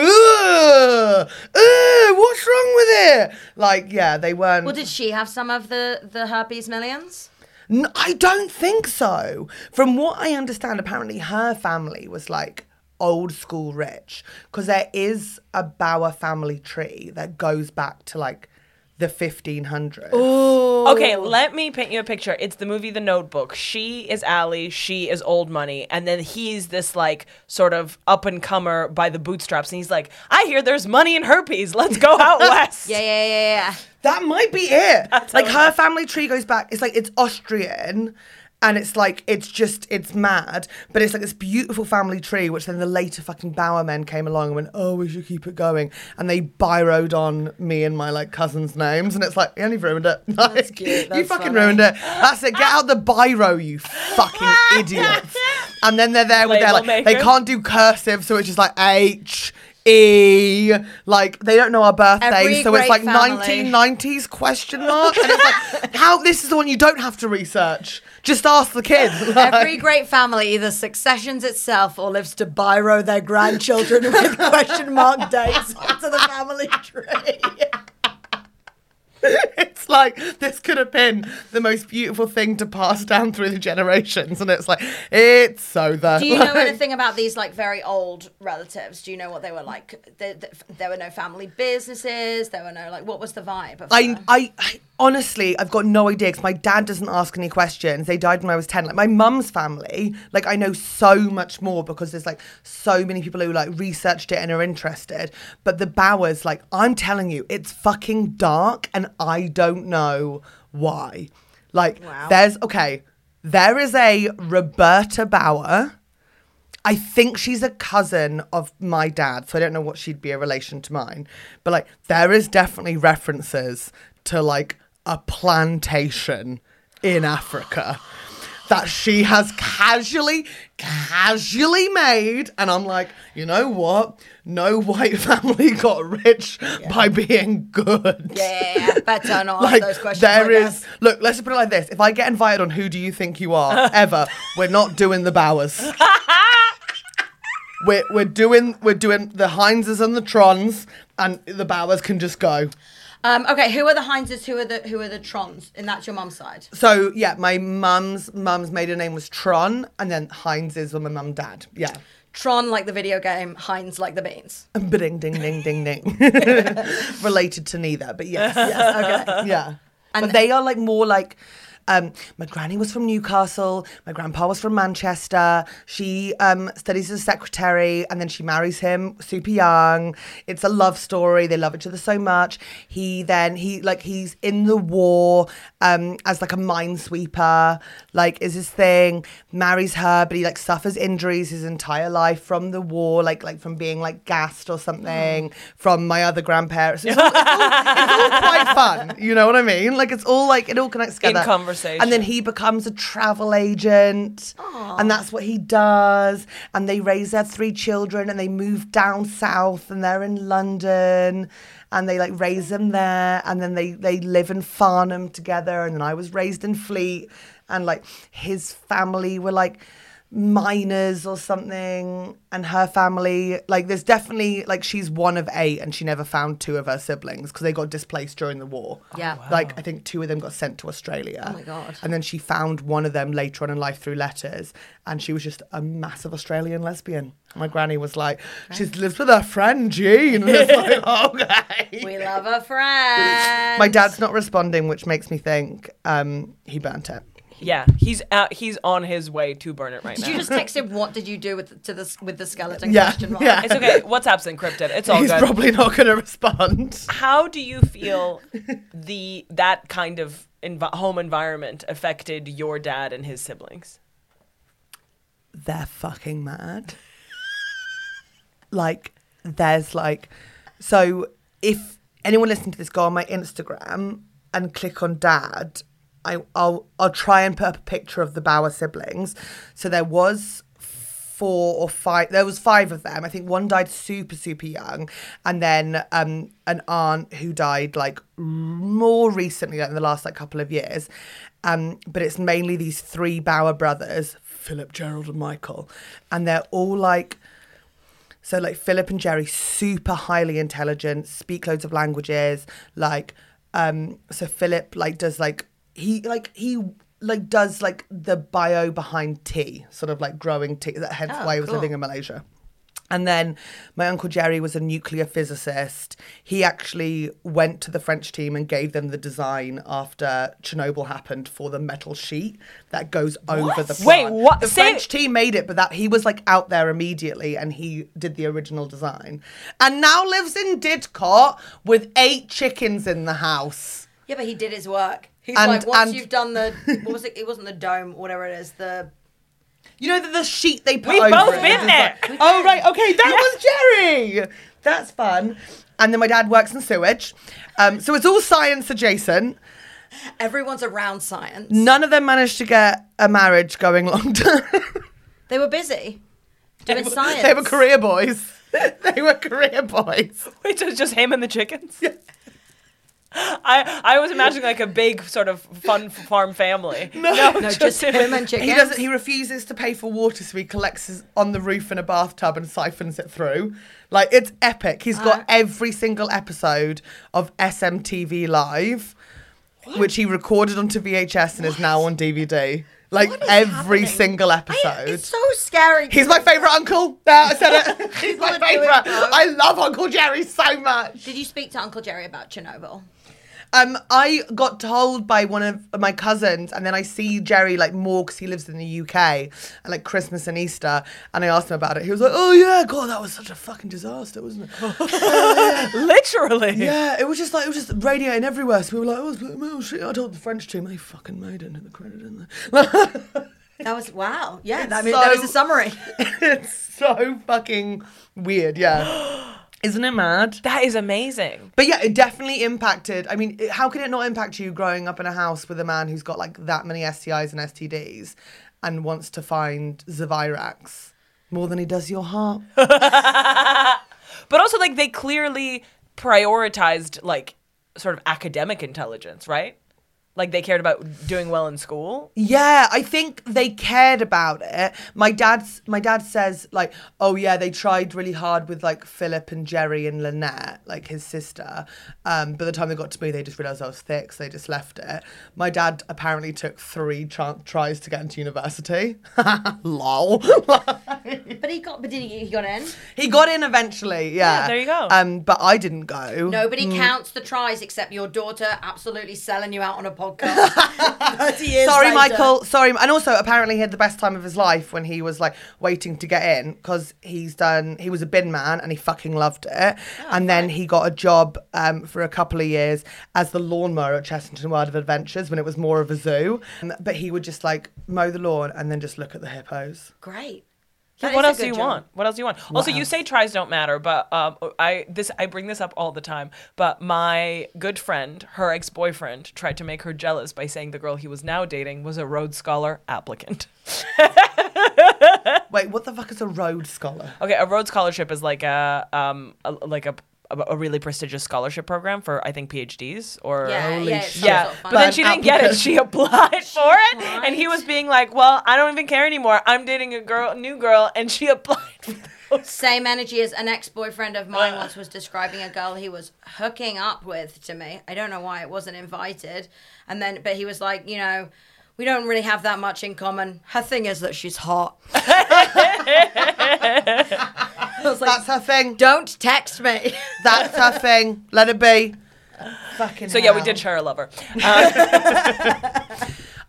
ugh, ugh, what's wrong with it? Like, yeah, they weren't.
well did she have some of the the herpes millions
N I don't think so. From what I understand, apparently her family was like old school rich because there is a Bauer family tree that goes back to like the 1500s.
Okay,
Oh.
let me paint you a picture. It's the movie The Notebook. She is Allie, she is old money, and then he's this like sort of up and comer by the bootstraps, and he's like, I hear there's money in herpes. Let's go out west.
yeah yeah yeah yeah
That might be it. like her family tree goes back. It's like it's Austrian, And it's like it's just it's mad, but it's like this beautiful family tree. Which then the later fucking Bauer men came along and went, "Oh, we should keep it going." And they biroed on me and my like cousins' names, and it's like you only ruined it. Like,
cute.
you
That's
fucking
funny.
ruined it. That's it. Get out the biro, you fucking idiots. And then they're there with their like
Label
they
maker.
can't do cursive, so it's just like H. E like they don't know our birthdays,
Every
so it's
great
like
family.
nineteen nineties question mark, and it's like how this is the one you don't have to research. Just ask the kid. Like,
Every great family either successions itself or lives to biro their grandchildren with question mark dates onto the family tree.
it's like this could have been the most beautiful thing to pass down through the generations, and it's like it's so that.
Do you know anything about these like very old relatives? Do you know what they were like? There, there- there were no family businesses. There were no like. What was the vibe? Of
I,
the-
I, I honestly, I've got no idea because my dad doesn't ask any questions. They died when I was 10. Like my mum's family, like I know so much more because there's like so many people who like researched it and are interested. But the Bowers, like I'm telling you, it's fucking dark and I don't know why. Like there's, okay, there is a Roberta Bauer. I think she's a cousin of my dad, so I don't know what she'd be a relation to mine. But like, there is definitely references to like a plantation in Africa that she has casually, casually made. And I'm like, you know what? No white family got rich by being good.
yeah, yeah, yeah. better not ask
Like
those questions.
there
I
is.
guess.
Look, let's just put it like this: If I get invited on "Who Do You Think You Are?" ever, we're not doing the Bowers. we're we're doing we're doing the Heinzes and the Trons, and the Bowers can just go.
Um, okay, who are the Heinzes? Who are the who are the Trons? And that's your mum's side.
So yeah, my mum's mum's maiden name was Tron, and then Heinzes were my mum and dad. Yeah.
Tron like the video game. Heinz like the beans.
Ding ding ding ding ding. Related to neither, but yes.
Yes, okay.
yeah. but they are like more like um, my granny was from Newcastle, my grandpa was from Manchester. She um, studies as a secretary and then she marries him super young. It's a love story. They love each other so much. He then he like he's in the war um, as like a minesweeper, like is his thing, marries her, but he like suffers injuries his entire life from the war, like like from being like gassed or something, from my other grandparents. It's all- it's all- it's all quite fun. You know what I mean? Like it's all like it all connects together.
conversation.
And then he becomes a travel agent, and that's what he does. And they raise their three children, and they move down south, and they're in London, and they like raise them there, and then they they live in Farnham together. And then I was raised in Fleet, and like his family were like miners or something and her family like there's definitely like she's one of eight and she never found two of her siblings because they got displaced during the war
Yeah. Wow.
like i think two of them got sent to australia oh
my God.
and then she found one of them later on in life through letters and she was just a massive australian lesbian my granny was like she lives with her friend jean and it's like okay
We love a friend.
my dad's not responding which makes me think um he burnt it
Yeah, he's out, he's on his way to burn it right
Did
now.
you just text him? What did you do with to this with the skeleton
Yeah,
question mark?
yeah.
it's okay. WhatsApp's encrypted. It's all
he's
good.
probably not going to respond
How do you feel the that kind of env- home environment affected your dad and his siblings?
they're fucking mad. like, there's like, so if anyone listening to this, go on my Instagram and click on dad. I, I'll I'll try and put up a picture of the Bauer siblings. So there was four or five. There was five of them. I think one died super super young, and then um an aunt who died like more recently, like in the last like couple of years. Um, but it's mainly these three Bauer brothers, Philip, Gerald, and Michael, and they're all like. So like Philip and Jerry, super highly intelligent, speak loads of languages. Like, um, so Philip like does like he like he like does like the bio behind tea, sort of like growing tea. That hence why he was living in Malaysia. And then my uncle Jerry was a nuclear physicist. He actually went to the French team and gave them the design after Chernobyl happened for the metal sheet that goes over the
Wait,
plant.
what?
The
Say-
French team made it, but that he was like out there immediately and he did the original design. And now lives in Didcot with eight chickens in the house.
Yeah, but he did his work. He's
And-
like, once
and-
you've done the, what was it? It wasn't the dome, whatever it is. The
You know the, the sheet they put
We've
over
both
it,
been
it's
there.
like, oh right, okay, that was Jerry. That's fun. And then my dad works in sewage, um, so it's all science adjacent.
everyone's around science.
None of them managed to get a marriage going long term.
They were busy doing science.
they were career boys. they were career boys.
Wait, so it's just him and the chickens? I, I was imagining like a big sort of fun farm family. No,
No, just him and chickens.
He doesn't. He refuses to pay for water, so he collects his, on the roof in a bathtub and siphons it through. Like it's epic. He's
Uh,
got every single episode of SMTV Live, which he recorded onto VHS and is now on DVD. Like
What is
every
happening?
single
I-
episode.
it's so scary.
He's my favorite uncle. There, I said it. He's my
People are doing
favorite.
both.
I love Uncle Jerry so much.
Did you speak to Uncle Jerry about Chernobyl?
Um, I got told by one of my cousins, and then I see Jerry like more because he lives in the UK, and like Christmas and Easter, and I asked him about it. He was like, "Oh yeah, God, that was such a fucking disaster, wasn't it?"
Literally.
yeah, it was just like it was just radiating everywhere. So we were like, "Oh, it's- oh shit!" I told the French team they fucking made it into the credit, didn't they?
That was wow. Yeah,
It's
that, I mean, that
so-
was a summary.
it's so fucking weird, yeah. Isn't it mad?
That is amazing.
But yeah, it definitely impacted. I mean, it- how can it not impact you growing up in a house with a man who's got like that many STIs and STDs and wants to find Zavirax more than he does your heart?
But also, like, they clearly prioritized, like, sort of academic intelligence, right? Like, they cared about doing well in school.
yeah, I think they cared about it. My dad's my dad says like, "Oh yeah, they tried really hard with like Philip and Jerry and Lynette, like his sister. Um, by the time they got to me, they just realized I was thick, so they just left it." My dad apparently took 3 tran- tries to get into university. Lol.
But he got, but did he, he got in?
He got in eventually, yeah.
Yeah, there you go.
Um, but I didn't go.
Nobody counts the tries except your daughter absolutely selling you out on a podcast. 30 years
Sorry,
later.
Michael. Sorry, and also apparently he had the best time of his life when he was like waiting to get in because he's done. He was a bin man and he fucking loved it. and then he got a job um, for a couple of years as the lawnmower at Chessington World of Adventures when it was more of a zoo. Um, But he would just like mow the lawn and then just look at the hippos.
Great.
Yeah,
That
what
is a
else do
good
you
job.
want? What else do you want? also, you say tries don't matter, but um, I this I bring this up all the time. But my good friend, her ex boyfriend, tried to make her jealous by saying the girl he was now dating was a Rhodes Scholar applicant.
Wait, what the fuck is a Rhodes Scholar?
Okay, a Rhodes Scholarship is like a um a, like a a really prestigious scholarship program for I think PhDs or
Yeah, Holy yeah, it's shit.
yeah.
some sort of
But then
fund.
she didn't get it.
Applicant.
She applied for it, and he was being like, "Well, I don't even care anymore. I'm dating a girl, new girl, and she applied." For those.
Same energy as an ex-boyfriend of mine once was describing a girl he was hooking up with to me. I don't know why it wasn't invited, and then but he was like, you know, we don't really have that much in common. Her thing is that she's hot. I was like,
That's her thing.
don't text me.
That's her thing. Let it be. Fucking
So yeah, we
hell.
did share a lover.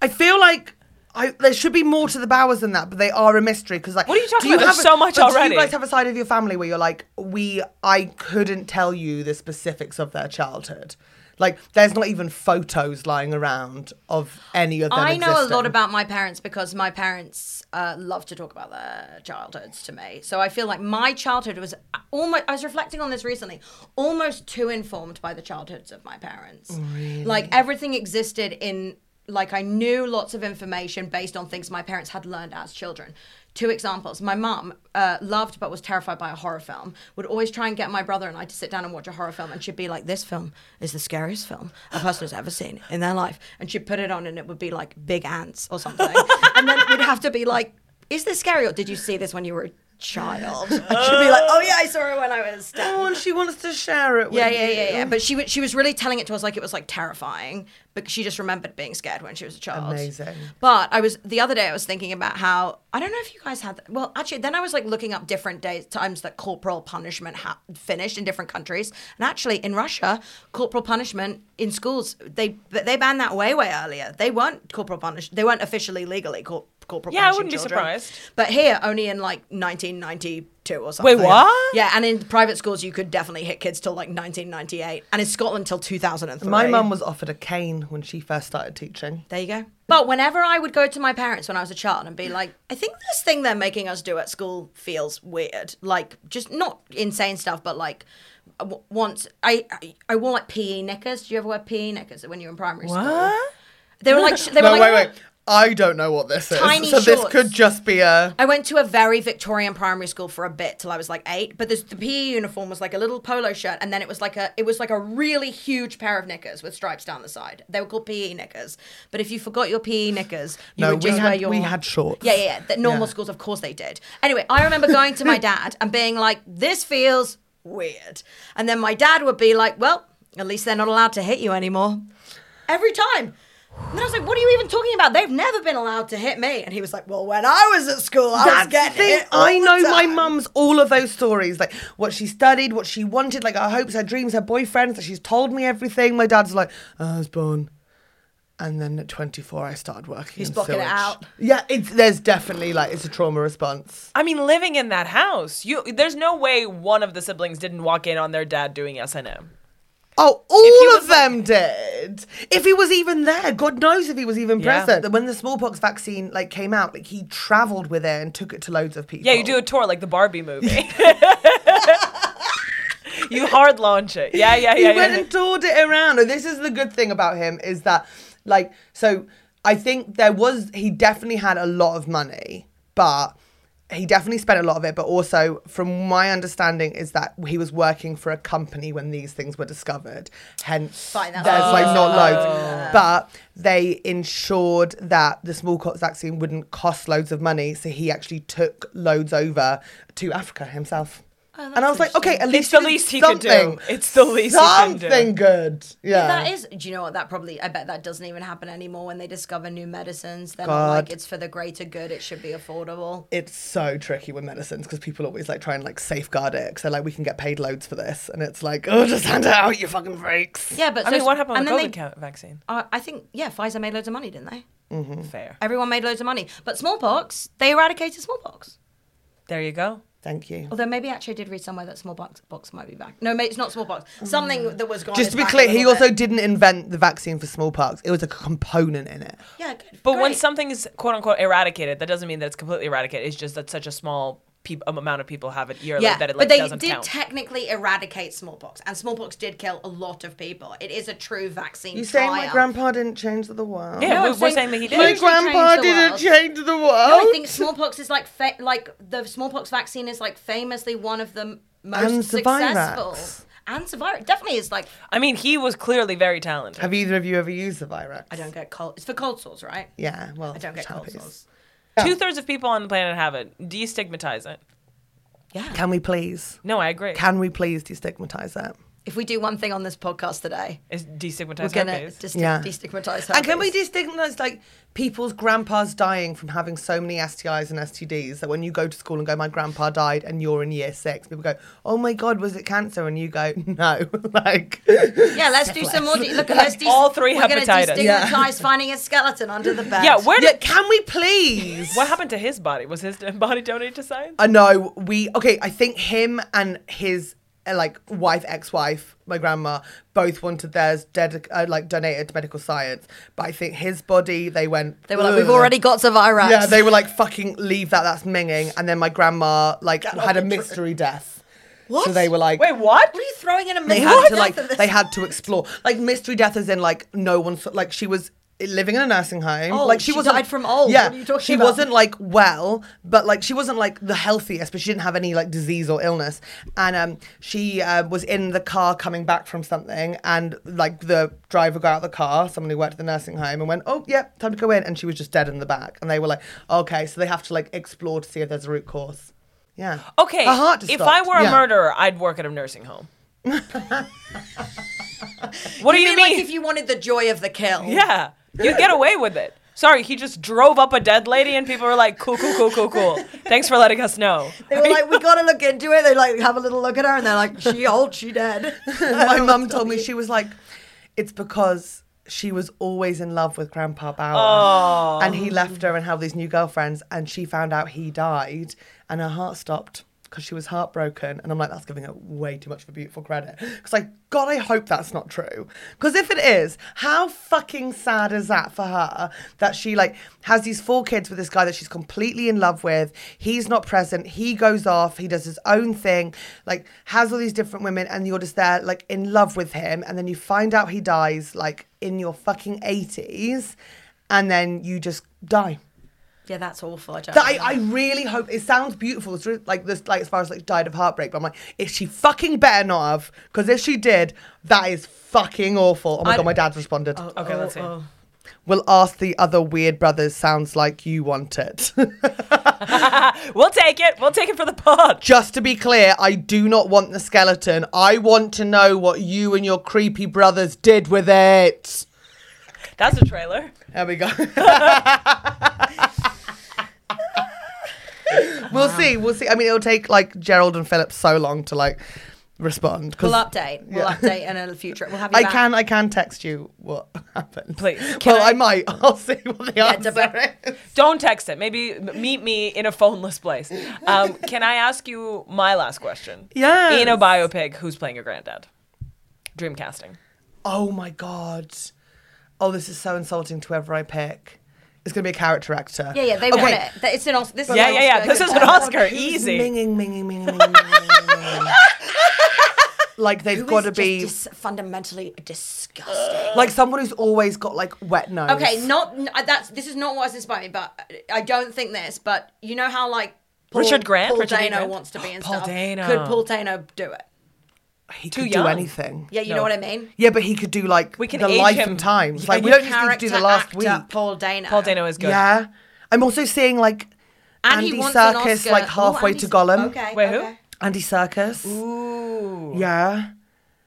I feel like I, there should be more to the Bowers than that, but they are a mystery because like
What are you talking
do
about?
have
There's so much
but
already.
Do you guys have a side of your family where you're like, we, I couldn't tell you the specifics of their childhood. Like, there's not even photos lying around of any of them.
I know a
existing.
lot about my parents because my parents uh, love to talk about their childhoods to me. So I feel like my childhood was almost, I was reflecting on this recently, almost too informed by the childhoods of my parents. Like everything existed in, like I knew lots of information based on things my parents had learned as children. Two examples. My mum uh, loved but was terrified by a horror film. Would always try and get my brother and I to sit down and watch a horror film, and she'd be like, "This film is the scariest film a person has ever seen in their life," and she'd put it on, and it would be like big ants or something, and then we'd have to be like, "Is this scary? Or did you see this when you were a child?" And she'd be like, "Oh yeah, I saw it when I was." 10."
Oh, and she wants to share it. With
Yeah, yeah, yeah,
you.
yeah. But she wa- she was really telling it to us like it was like terrifying, but she just remembered being scared when she was a child.
Amazing.
But I was the other day I was thinking about how I don't know if you guys had well actually then I was like looking up different days times that corporal punishment ha- finished in different countries and actually in Russia corporal punishment in schools they they banned that way way earlier they weren't corporal punish they weren't officially legally cor- corporal
Yeah, I
punishing
wouldn't be
children.
surprised.
But here, only in like 1992 or something.
Wait, what?
Yeah, and in private schools, you could definitely hit kids till like 1998, and in Scotland till 2003.
My mum was offered a cane when she first started teaching.
There you go. But whenever I would go to my parents when I was a child and be like, I think this thing they're making us do at school feels weird. Like, just not insane stuff, but like, w- once I, I I wore like PE knickers. Do you ever wear PE knickers when you were in primary school? They were like sh- they
No,
were like "Oh."
wait, wait. I don't know what this is.
Tiny
so this
shorts.
could just be a.
I went to a very Victorian primary school for a bit till I was like eight. But this, the PE uniform was like a little polo shirt, and then it was like a it was like a really huge pair of knickers with stripes down the side. They were called PE knickers. But if you forgot your PE knickers, you
No,
would just
we
wear
had-
your
we had shorts.
Yeah, yeah, yeah. The normal
Yeah.
schools, of course, they did. Anyway, I remember going to my dad and being like, "This feels weird," and then my dad would be like, "Well, at least they're not allowed to hit you anymore." every time. And then I was like, "What are you even talking about? They've never been allowed to hit me." And he was like, "Well, when I was at school, I was
That's
getting
the thing.
hit." all
I
the
know my
time."
mum's all of those stories, like what she studied, what she wanted, like her hopes, her dreams, her boyfriends. Like she's told me everything. My dad's like, "Oh, I was born, and then at 24 I started working.
He's
in
blocking it
sewage."
out.
Yeah, it's there's definitely like it's a trauma response.
I mean, living in that house, you there's no way one of the siblings didn't walk in on their dad doing S and M.
Oh,
he
all
was,
of them did. If he was even there, God knows if he was even
Yeah.
present. When the smallpox vaccine like came out, like he travelled with it and took it to loads of people.
Yeah, you
Oh.
do a tour like the Barbie movie. you hard launch it. Yeah, yeah,
he
yeah.
went
yeah.
and toured it around. And this is the good thing about him is that, like, so I think there was he definitely had a lot of money, but he definitely spent a lot of it. But also, from my understanding, is that he was working for a company when these things were discovered. Hence,
Fine, that's Oh.
there's
fine.
like not loads, but they ensured that the smallpox vaccine wouldn't cost loads of money. So he actually took loads over to Africa himself.
Oh,
and I was like, okay, at
It's
least
the
you did
least he could do.
something.
It's the least he can do.
Something good. Yeah.
That is. Do you know what? That probably. I bet that doesn't even happen anymore when they discover new medicines. They're not like
God.
it's for the greater good. It should be affordable.
it's so tricky with medicines because people always like try and like safeguard it because they're like, we can get paid loads for this. And it's like, oh, just hand it out, you fucking freaks.
Yeah, but
I
so-
mean, what happened
and
with
then
COVID ca- vaccine?
They, uh, I think yeah, Pfizer made loads of money, didn't they? Mm.
Fair.
Everyone made loads of money, but smallpox. They eradicated smallpox.
There you go.
Thank you.
Although maybe actually I did read somewhere that smallpox box might be back. No, mate, it's not smallpox. Something that was gone.
Mm. Just
is
to be
back a
clear, he
little
also
bit.
didn't invent the vaccine for smallpox. It was a component in it.
yeah. Good,
But when
great.
something is quote unquote eradicated, that doesn't mean that it's completely eradicated. It's just that such a small peop um, amount of people have it yearly that it like
but they
doesn't
did
count.
technically eradicate smallpox, and smallpox did kill a lot of people. It is a true vaccine.
You saying my
triumph.
grandpa didn't change the world?
yeah,
No,
we-
I'm
we're saying, that he
he
did.
My
didn't
grandpa
change the
didn't
world.
change the world.
No, I think smallpox is like fa- like the smallpox vaccine is like famously one of the m- most
And
successful.
Cervarix.
And Cervarix definitely is like
I mean, he was clearly very talented.
Have either of you ever used the virus?
I don't get cold. It's for cold sores, right?
Yeah, well,
I don't get cold
champies.
sores.
Two thirds of people on the planet have it. Destigmatize it.
Can we please?
No, I agree.
Can we please destigmatize it?
If we do one thing on this podcast today,
It's
we're
destigmatize
gonna
herpes.
desti-
Yeah.
destigmatize.
And can we
herpes.
distinguish like people's grandpas dying from having so many STIs and STDs that when you go to school and go, my grandpa died, and you're in year six, people go, oh my god, was it cancer? And you go, no, like
Yeah, let's do some more. De- look, let's de-
all three
we're gonna
hepatitis.
Yeah.
destigmatize finding a skeleton under the bed.
yeah, where
yeah,
did,
can we please?
what happened to his body? Was his body donated to science?
I know Uh, we okay. I think him and his uh, like wife, ex-wife, my grandma, both wanted theirs dedic- uh, like donated to medical science, but I think his body they went.
They were like, we've
"Ugh."
already got to Virax.
Yeah, they were like, fucking leave that, that's minging. And then my grandma like had a mystery death.
What?
So they were like,
Wait, what?
What are you throwing in a
they
minute?
had to like, they had to explore. Like mystery death is in like no one, saw- like she was living in a nursing home.
Oh,
like
she
she, wasn't,
died from old.
Yeah,
What are you talking
she
about?
wasn't like well, but like she wasn't like the healthiest, but she didn't have any like disease or illness. And um, she uh, was in the car coming back from something, and like the driver got out of the car, someone who worked at the nursing home, and went, "Oh, yeah, time to go in," and she was just dead in the back. And they were like, "Okay, so they have to like explore to see if there's a root cause." Yeah.
Okay,
Her heart just
if I
stopped.
were
Yeah.
a murderer, I'd work at a nursing home. what do
You mean,
you mean?
like if you wanted the joy of the kill?
yeah, you get away with it. Sorry, he just drove up a dead lady, and people were like, "Cool, cool, cool, cool, cool." Thanks for letting us know.
They were like, we gotta look into it. They like have a little look at her and they're like, she old, she dead.
my mum told me she was like, it's because she was always in love with Grandpa Bauer, and he left her and had these new girlfriends, and she found out he died, and her heart stopped. Because she was heartbroken, and I'm like, that's giving her way too much for beautiful credit. Because, like, God, I hope that's not true. Because if it is, how fucking sad is that for her that she like has these four kids with this guy that she's completely in love with? He's not present. He goes off. He does his own thing. Like, has all these different women, and you're just there, like, in love with him. And then you find out he dies, like, in your fucking 80s, and then you just die.
Yeah, that's awful. I don't
That I,
like
I really hope it sounds beautiful. It's really- like this, like as far as like died of heartbreak. But I'm like, if she fucking better not have, because if she did, that is fucking awful. Oh my
I-
god, my dad's responded.
Okay, let's see.
Oh,
We'll ask the other weird brothers. Sounds like you want it.
We'll take it. We'll take it for the pod.
Just to be clear, I do not want the skeleton. I want to know what you and your creepy brothers did with it.
That's a trailer.
There we go. we'll see. We'll see. I mean, it'll take like Gerald and Philip so long to like respond. 'cause
We'll update. We'll update in a future. We'll have you
I
back.
can. I can text you what happened.
Please. Can
Well, I,
I-
might. I'll see what the answer
debate.
is.
Don't text it. Maybe m- meet me in a phoneless place. Um, can I ask you my last question?
Yes.
In a biopic, who's playing your granddad? Dreamcasting.
Oh my god. Oh, this is so insulting to whoever I pick. It's gonna be a character actor.
Yeah, yeah, they want it. That- It's an Oscar. This is
Yeah,
an
yeah, yeah.
Oscar.
This is an
contest.
Oscar.
Who's
Easy.
Minging, minging, minging, minging, minging, minging, minging. Like
Who
they've
is
got to
just
be Uh,
dis- fundamentally disgusting.
like someone who's always got like wet nose.
Okay, not n- uh, that's. This is not what's inspired me, but I don't think this. But you know how like Paul,
Richard Grant?
Paul
Richard E.
Dano
Grant?
wants to be in
Paul
stuff.
Dano.
Could Paul Dano do it?
he
too
could do
young.
anything.
Yeah, you know what I mean.
Yeah, but he could do like
We can
the
age
life
him.
and times.
Yeah,
Like we
you
don't just need to do the
Character
last
actor,
week.
Paul Dano.
Paul Dano is good.
Yeah, I'm also seeing like
And
Andy
he wants an
Circus
Oscar.
like
Oh,
halfway
Andy
to
Serkis.
Gollum.
Okay.
Wait, who?
okay.
Andy Circus. Ooh. Yeah.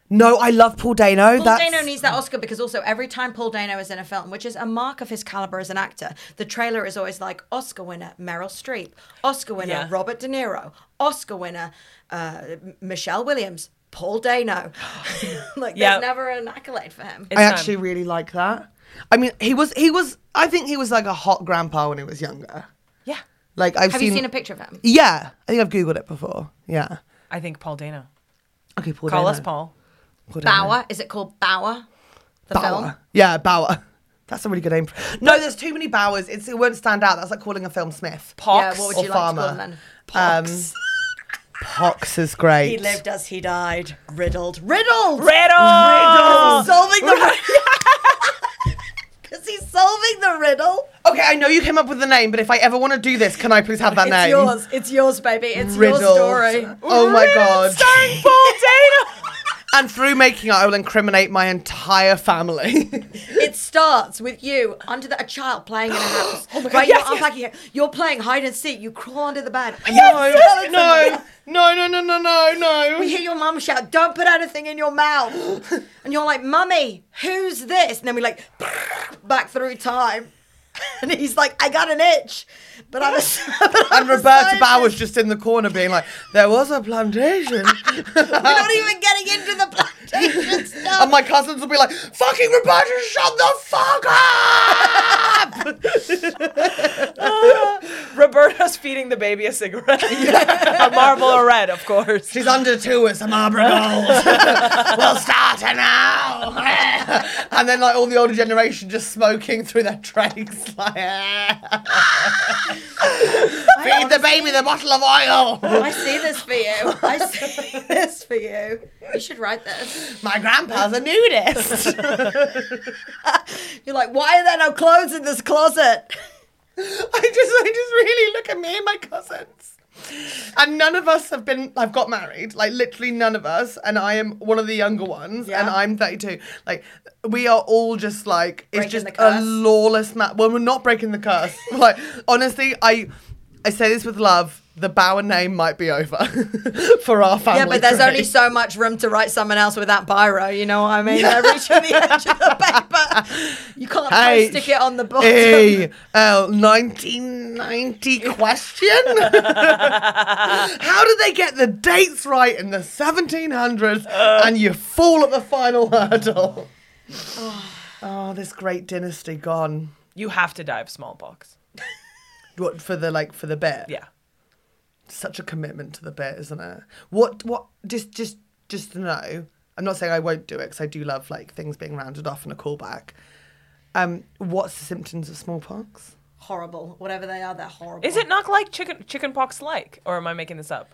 No, I love Paul Dano.
Paul
That's...
Dano needs that Oscar because also every time Paul Dano is in a film, which is a mark of his caliber as an actor, the trailer is always like Oscar winner Meryl Streep, Oscar winner
Yeah.
Robert De Niro, Oscar winner uh, M- Michelle Williams, Paul Dano. like
Yeah.
there's never an accolade for him.
It's
I
time.
actually really like that. I mean, he was he was. I think he was like a hot grandpa when he was younger.
Yeah.
Like I've
Have you seen a picture of him?
Yeah, I think I've googled it before. Yeah.
I think Paul Dano.
Okay, Paul
Call
Dano.
us Paul.
Paul Dano.
Bauer. Is it called Bauer? The
Bauer.
film.
Yeah, Bauer. That's a really good name. for- No, there's too many Bowers. It's, it won't stand out. That's like calling a film Smith.
Pox.
Yeah. What would
Or
you like to call him
Farmer.
then?
Um, Pox is great.
He lived as he died, riddled, riddled,
Riddle!
He's solving the because he's solving the riddle.
Okay, I know you came up with the name, but if I ever want to do this, can I please have that
It's
name?
yours. It's yours, baby. It's your
Riddled.
story.
Oh my
Riddled,
god.
Starring Paul Dano.
And through making it, I will incriminate my entire family.
It starts with you under the, a child playing in a house. oh my god! Right,
Yes,
you're
yes.
unpacking it. You're playing hide and seek. You crawl under the bed.
no, no, no, no, no, no, no,
We
no.
hear your mum shout, "Don't put anything in your mouth," and you're like, "Mummy, who's this?" And then we like back through time, and he's like, "I got an itch," but I'm a, but I'm
And
a
Roberta
scientist.
Bowers just in the corner being like, there was a plantation.
We're not even getting into the plantation stuff.
and my cousins will be like, fucking Roberta, shut the fuck up!
Roberta's feeding the baby a cigarette. a Marlboro Red, of course.
She's under two, it's a Marlboro Gold. we'll start her now. and then like all the older generation just smoking through their drinks like, feed the baby the bottle of oil.
I see this for you. I see this for you. You should write this.
My grandpa's a nudist.
You're like, why are there no clothes in this closet?
I just, I just really look at me and my cousins. And none of us have been, I've got married, like literally none of us. And I am one of the younger ones, and
Yeah.
I'm 32. Like, we are all just like,
Breaking
it's just
the
a
curse.
lawless match. Well, we're not breaking the curse. like, honestly, I, I say this with love. The Bauer name might be over for our family.
Yeah, but there's
tree.
only so much room to write someone else with that biro. You know what I mean? They're reaching the edge of the paper. You can't
Hey,
post it on the bottom.
Hey, uh, 1990 question? How did they get the dates right in the 1700s and you fall at the final hurdle? Oh, this great dynasty gone.
You have to dive smallpox.
What for the like for the bit?
Yeah.
such a commitment to the bit, isn't it? What what just just just to know. I'm not saying I won't do it because I do love like things being rounded off and a callback. Um, what's the symptoms of smallpox?
Horrible. Whatever they are, they're horrible.
Is it not like chicken chickenpox like, or am I making this up?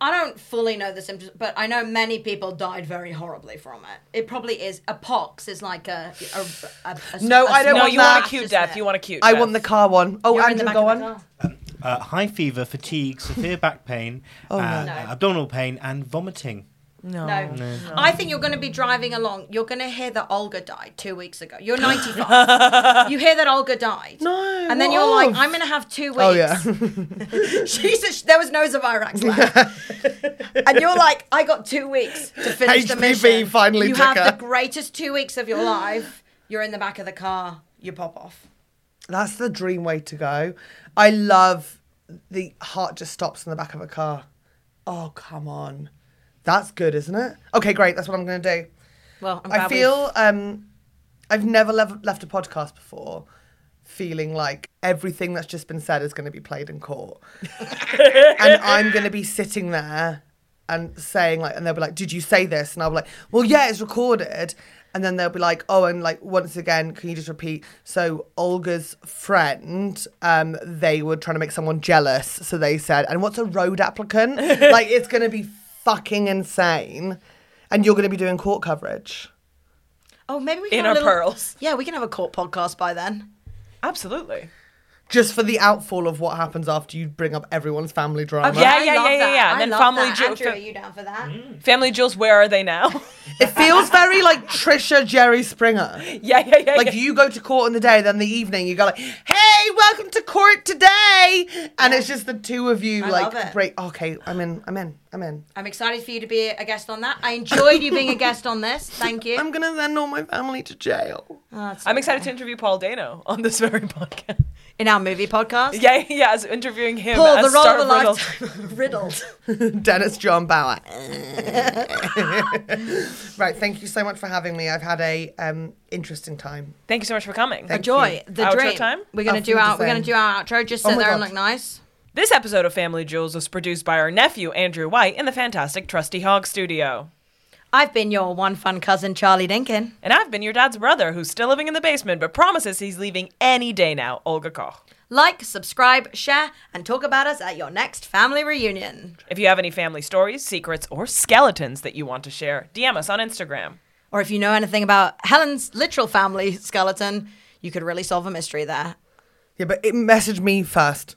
I don't fully know the symptoms, but I know many people died very horribly from it. It probably is a pox. Is like a, a, a, a
No, I don't
No,
want
you want a
that.
cute
Isn't
death.
it?
You want a cute.
I
death.
won the car one. Oh,
You're in the
Andrew,
back
go
of the
on.
car.
Uh, high fever, fatigue, severe back pain,
Oh,
uh, abdominal pain, and vomiting.
No. I think you're going to be driving along. You're going to hear that Olga died two weeks ago. You're 95. you hear that Olga died. No. And then you're like, I'm going to have two weeks.
Oh yeah,
She's a, there was no Zavirax left. and you're like, I got two weeks to finish the
HPV
mission.
finally
You
took
have
her.
the greatest two weeks of your life. You're in the back of the car. You pop off.
that's the dream way to go. I love the heart just stops in the back of a car. Oh come on, that's good, isn't it? Okay, great. That's what I'm gonna do.
Well, I'm
I
glad we-
feel um, I've never lev- left a podcast before feeling like everything that's just been said is going to be played in court. and I'm going to be sitting there and saying, like, and they'll be like, Did you say this? And I'll be like, Well, yeah, it's recorded. And then they'll be like, Oh, and like, once again, can you just repeat? So, Olga's friend, um, they were trying to make someone jealous. So they said, And what's a road applicant? like, it's going to be fucking insane. And you're going to be doing court coverage.
Oh, maybe we can
In
have a
our
little-
pearls.
Yeah, we can have a court podcast by then.
Absolutely.
just for the outfall of what happens after you bring up everyone's family drama.
Yeah,
I
yeah,
love
yeah, yeah,
that.
yeah. And
I
then
love
family
that.
ju-
Andrew,
fa-
are you down for that?
Mm-hmm.
Family jewels. Where are they now?
It feels very like Trisha Jerry Springer.
yeah, yeah, yeah.
Like
yeah.
you go to court in the day, then the evening you go like, "Hey, welcome to court today," and it's just the two of you
I
like
love it.
break. Okay, I'm in. I'm in. I'm in.
I'm excited for you to be a guest on that. I enjoyed you being a guest on this. Thank you. Oh,
I'm gonna send all my family to jail.
I'm excited to interview Paul Dano on this very podcast.
In our movie podcast.
Yeah, yeah, as interviewing him
Paul,
as
the role
star
of a
Riddle.
lifetime. Riddled.
Dennis John Bauer. right. Thank you so much for having me. I've had a um, interesting time.
Thank you so much for coming.
Enjoy the
Outro
dream.
time?
We're gonna
Outro
do our we're
design.
gonna do our outro. Just sit
Oh my
there and
God.
look nice.
This episode of Family Jewels was produced by our nephew Andrew White in the fantastic Trusty Hog studio.
I've been your one fun cousin, Charlie Dinkin.
And I've been your dad's brother who's still living in the basement but promises he's leaving any day now, Olga Koch.
Like, subscribe, share, and talk about us at your next family reunion.
If you have any family stories, secrets, or skeletons that you want to share, DM us on Instagram.
Or if you know anything about Helen's literal family skeleton, you could really solve a mystery there.
Yeah, but it messaged me first.